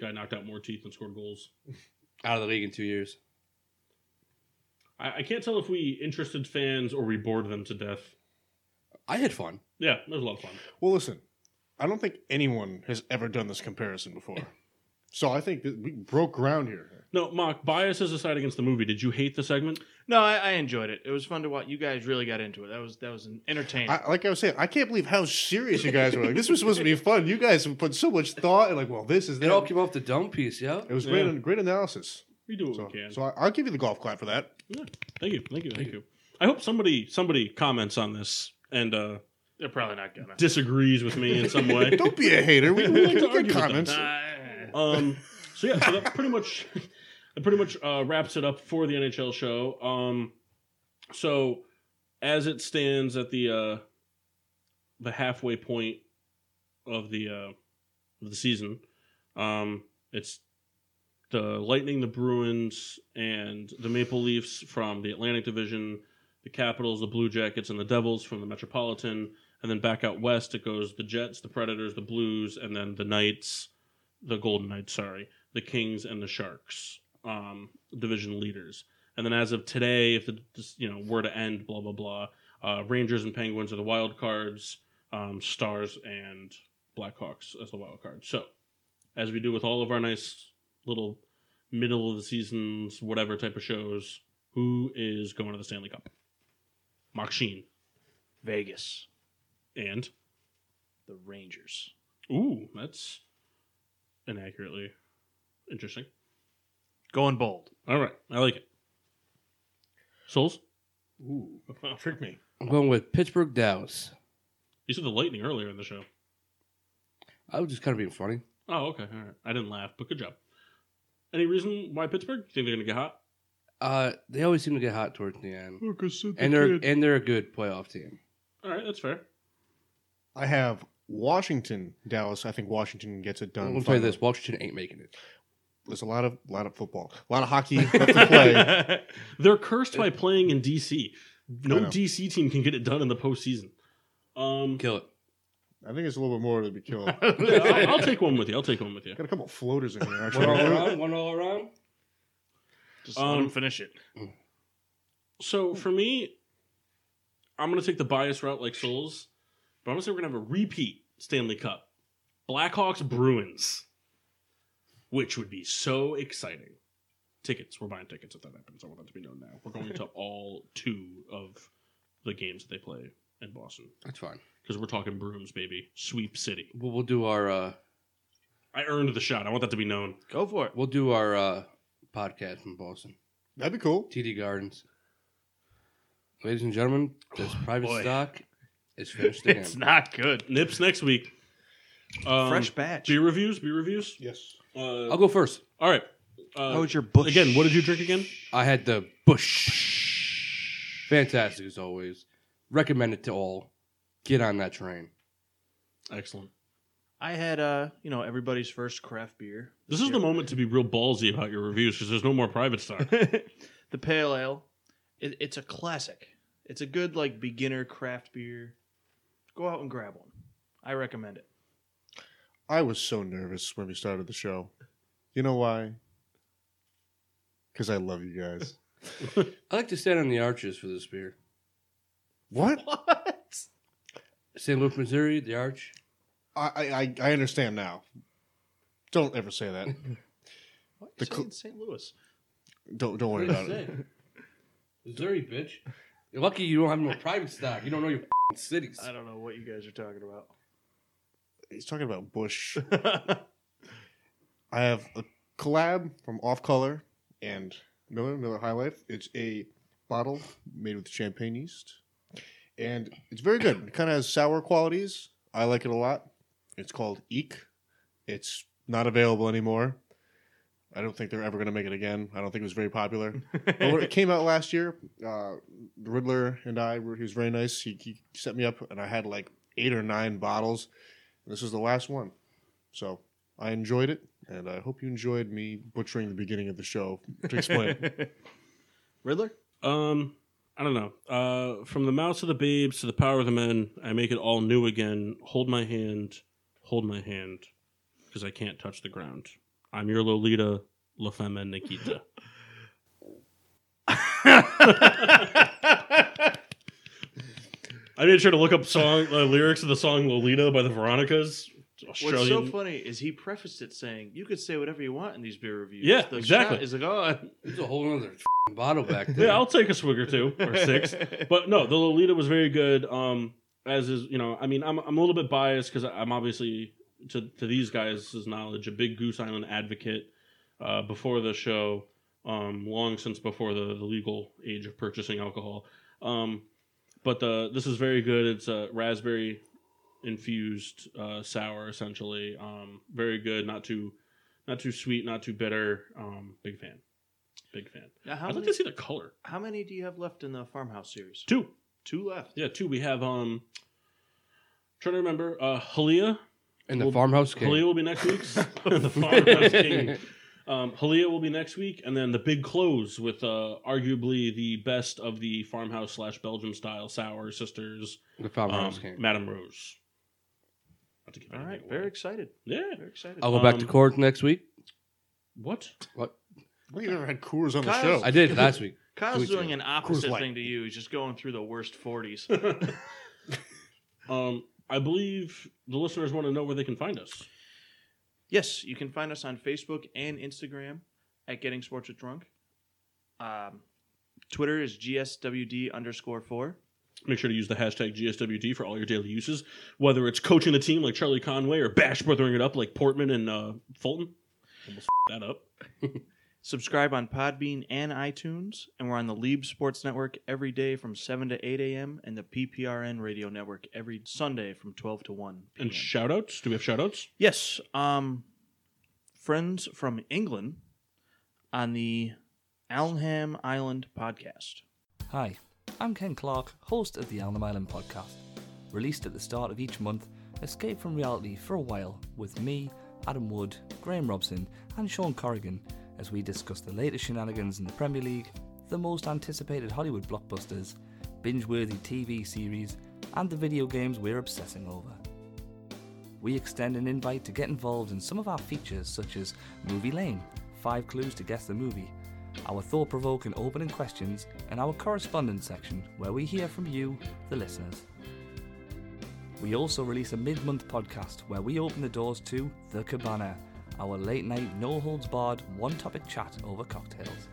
A: guy knocked out more teeth and scored goals.
C: Out of the league in two years.
A: I, I can't tell if we interested fans or we bored them to death.
C: I had fun.
A: Yeah, that was a lot of fun.
D: Well, listen, I don't think anyone has ever done this comparison before. So I think that we broke ground here.
A: No, mock biases aside against the movie. Did you hate the segment?
B: No, I, I enjoyed it. It was fun to watch. You guys really got into it. That was that was an entertaining.
D: I, like I was saying, I can't believe how serious you guys were. Like this was supposed to be fun. You guys put so much thought and like, well, this is
C: It all
D: that.
C: came off the dumb piece, yeah.
D: It was
A: Yeah.
D: great, great analysis.
A: We do what
D: So,
A: we can.
D: so I, I'll give you the golf clap for that.
A: Yeah. Thank you. Thank you. Thank you. I hope somebody somebody comments on this and uh,
B: They're probably not gonna.
A: disagrees with me in some way.
D: Don't be a hater. We, we
A: like to
D: like
A: argue
D: to
A: with
D: get
A: them.
D: comments.
B: Nah.
A: Um, so yeah, so that pretty much that pretty much uh, wraps it up for the NHL show. Um, so as it stands at the uh, the halfway point of the uh, of the season, um, it's the Lightning, the Bruins, and the Maple Leafs from the Atlantic Division, the Capitals, the Blue Jackets, and the Devils from the Metropolitan. And then back out west, it goes the Jets, the Predators, the Blues, and then the Knights, the Golden Knights, sorry, the Kings and the Sharks, um, division leaders. And then as of today, if the this, you know were to end, blah blah blah, uh, Rangers and Penguins are the wild cards, um, Stars and Blackhawks as the wild card. So, as we do with all of our nice little middle of the seasons, whatever type of shows, who is going to the Stanley Cup? Machine
B: Vegas,
A: and
B: the Rangers.
A: ooh, that's inaccurately interesting.
B: Going bold.
A: All right, I like it. Souls,
D: Ooh, trick me.
C: I'm going with Pittsburgh, Dallas.
A: you said the lightning earlier in the show.
C: I was just kind of being funny.
A: Oh, okay, all right. I didn't laugh, but good job. Any reason why Pittsburgh? You think they're gonna get hot?
C: Uh, they always seem to get hot towards the end, and
D: and
C: they're and they're a good playoff team.
A: All right, that's fair.
D: I have Washington, Dallas. I think Washington gets it done.
C: Let me tell you
D: finally.
C: this: Washington ain't making it.
D: There's a lot of lot of football, a lot of hockey left to play.
A: they're cursed by playing in DC. No
D: I know.
A: DC team can get it done in the postseason. Um,
C: Kill it.
D: I think it's a little bit more to be killed. Got
A: I'll, I'll take one with you. I'll take one with you.
D: a couple floaters in here,
C: One
D: actually.
C: all
A: uh,
C: around. One all around.
B: Just let
A: Um,
B: him finish it.
A: So for me, I'm gonna take the bias route like Souls, but I'm gonna say we're gonna have a repeat Stanley Cup, Blackhawks Bruins, which would be so exciting. Tickets, we're buying tickets if that happens. I want that to be known now. We're going to all two of the games that they play in Boston
C: That's fine.
A: because we're talking brooms, baby, sweep city.
C: We'll, we'll do our uh,
A: I earned the shot. I want that to be known.
B: Go for it.
C: we'll do our uh, podcast from Boston,
D: That'd be cool.
C: TD Gardens. Ladies and gentlemen, this private
B: boy.
C: stock is finished again.
B: It's not good.
A: Nips next week. Um,
B: Fresh batch.
A: beer reviews. Beer reviews.
D: Yes.
A: Uh,
C: I'll go Oh, first.
A: all right.
B: How
A: Uh,
B: was your bush?
A: again, what did you drink again?
C: I had the Bush. Fantastic as always. Recommend it to all. Get on that train.
A: Excellent.
B: I had uh, you know, everybody's first craft beer.
A: This is
B: year.
A: the moment to be real ballsy about your reviews because there's no more private stock.
B: the pale ale. It, it's a classic. It's a good like beginner craft beer. Go out and grab one. I recommend it.
D: I was so nervous when we started the show. You know why? Because I love you guys.
C: I like to stand on the arches for this beer.
D: What?
B: What?
C: St. Louis, Missouri, the arch.
D: I, I I- I understand now. Don't ever say that.
B: What
D: The
B: you
D: cl-
B: saying St. Louis?
D: Don't don't worry about it.
C: Missouri, bitch. You're lucky you don't have no private stock. You don't know your f***ing cities.
B: I don't know what you guys are talking about.
D: He's talking about Bush. I have a collab from Off Color and Miller Miller High Life. It's a bottle made with champagne yeast, and it's very good. It kind of has sour qualities. I like it a lot. It's called Eek. It's not available anymore. I don't think they're ever going to make it again. I don't think it was very popular. But when it came out last year. Uh, Riddler and I, were- he was very nice. He, he set me up, and I had like eight or nine bottles. This was the last one. So I enjoyed it, and I hope you enjoyed me butchering the beginning of the show to explain.
B: Riddler?
A: Um, I don't know. Uh, from the mouths of the babes to the power of the men, I make it all new again. Hold my hand, hold my hand, because I can't touch the ground. I'm your Lolita, La Femme Nikita. I made sure to look up song uh, lyrics of the song Lolita by the Veronicas. It's
B: What's
A: Australian.
B: so funny is he prefaced it saying, "You could say whatever you want in these beer reviews."
A: Yeah,
B: the
A: exactly.
B: shot Is like, oh,
C: There's a whole other f***ing bottle back there.
A: yeah, I'll take a swig or two or six. but no, the Lolita was very good. Um, as is, you know, I mean, I'm, I'm a little bit biased because I'm obviously to to these guys' knowledge a big Goose Island advocate. Uh, before the show, um, long since before the, the legal age of purchasing alcohol. Um, but the this is very good. It's a raspberry infused uh, sour, essentially. Um, very good. Not too not too sweet. Not too bitter. Um, big fan. Big fan.
B: Now, how,
A: I'd
B: many,
A: like to see the color.
B: how many do you have left in the farmhouse series?
A: Two.
B: Two left.
A: Yeah, two. We have um trying to remember uh Halia.
C: And the
A: Well,
C: farmhouse king.
A: Halia will be next week's the farmhouse king. Um Halia will be next week, and then the big close with uh arguably the best of the farmhouse slash Belgium style sour sisters,
C: The
A: um,
C: farmhouse king.
A: Madame Rose. Not to give
B: All
A: anything
B: right.
A: away.
B: Very excited.
A: Yeah.
B: Very excited.
C: I'll go back to
A: um,
C: Cork next week.
A: What?
D: I think you never had Coors on the
B: Kyle's-
D: show.
C: I did last week.
B: Kyle's
C: Who's
B: doing
C: you?
B: an opposite
D: Light.
B: thing to you. He's just going through the worst forties.
A: um I believe the listeners want to know where they can find us.
B: yes, you can find us on Facebook and Instagram at Getting Sports with Drunk. Um, Twitter is gswd underscore four.
A: Make sure to use the hashtag GSWD for all your daily uses, whether it's coaching the team like Charlie Conway or bash brothering it up like Portman and uh, Fulton. Almost f- that up.
B: Subscribe on Podbean and iTunes, and we're on the Lieb Sports Network every day from 7 to 8 a.m. and the PPRN Radio Network every Sunday from 12 to 1 p.m.
A: And shout outs. Do we have shout outs?
B: yes, um, friends from England on the Allenham Island podcast.
E: Hi, I'm Ken Clark, host of the Alnum Island podcast. Released at the start of each month, escape from reality for a while with me, Adam Wood, Graham Robson, and Sean Corrigan as we discuss the latest shenanigans in the Premier League, the most anticipated Hollywood blockbusters, binge worthy TV series, and the video games we're obsessing over. We extend an invite to get involved in some of our features such as Movie Lane, five clues to guess the movie, our thought provoking opening questions, and our correspondence section where we hear from you, the listeners. We also release a mid month podcast where we open the doors to The Cabana, our late night, no holds barred, one topic chat over cocktails.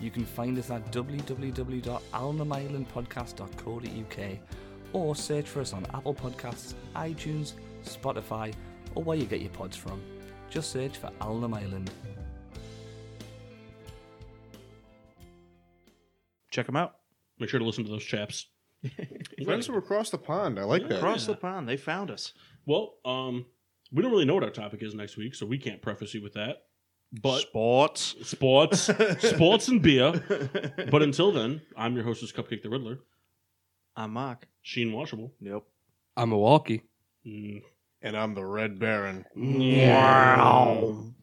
E: You can find us at www.alnamislandpodcast.co.uk or search for us on Apple Podcasts, iTunes, Spotify, or where you get your pods from. Just search for Alnam Island.
B: Check them out.
A: Make sure to listen to those chaps.
D: Friends from across the pond. I like that.
B: Across the pond, they found us.
A: Well, um, we don't really know what our topic is next week, so we can't preface you with that. But
B: Sports.
A: sports, sports, and beer. But until then, I'm your hostess, Cupcake the Riddler,
B: I'm Mark.
A: Sheen Washable.
B: Nope.
C: I'm Milwaukee.
A: Mm,
D: and I'm the Red Baron.
A: Wow.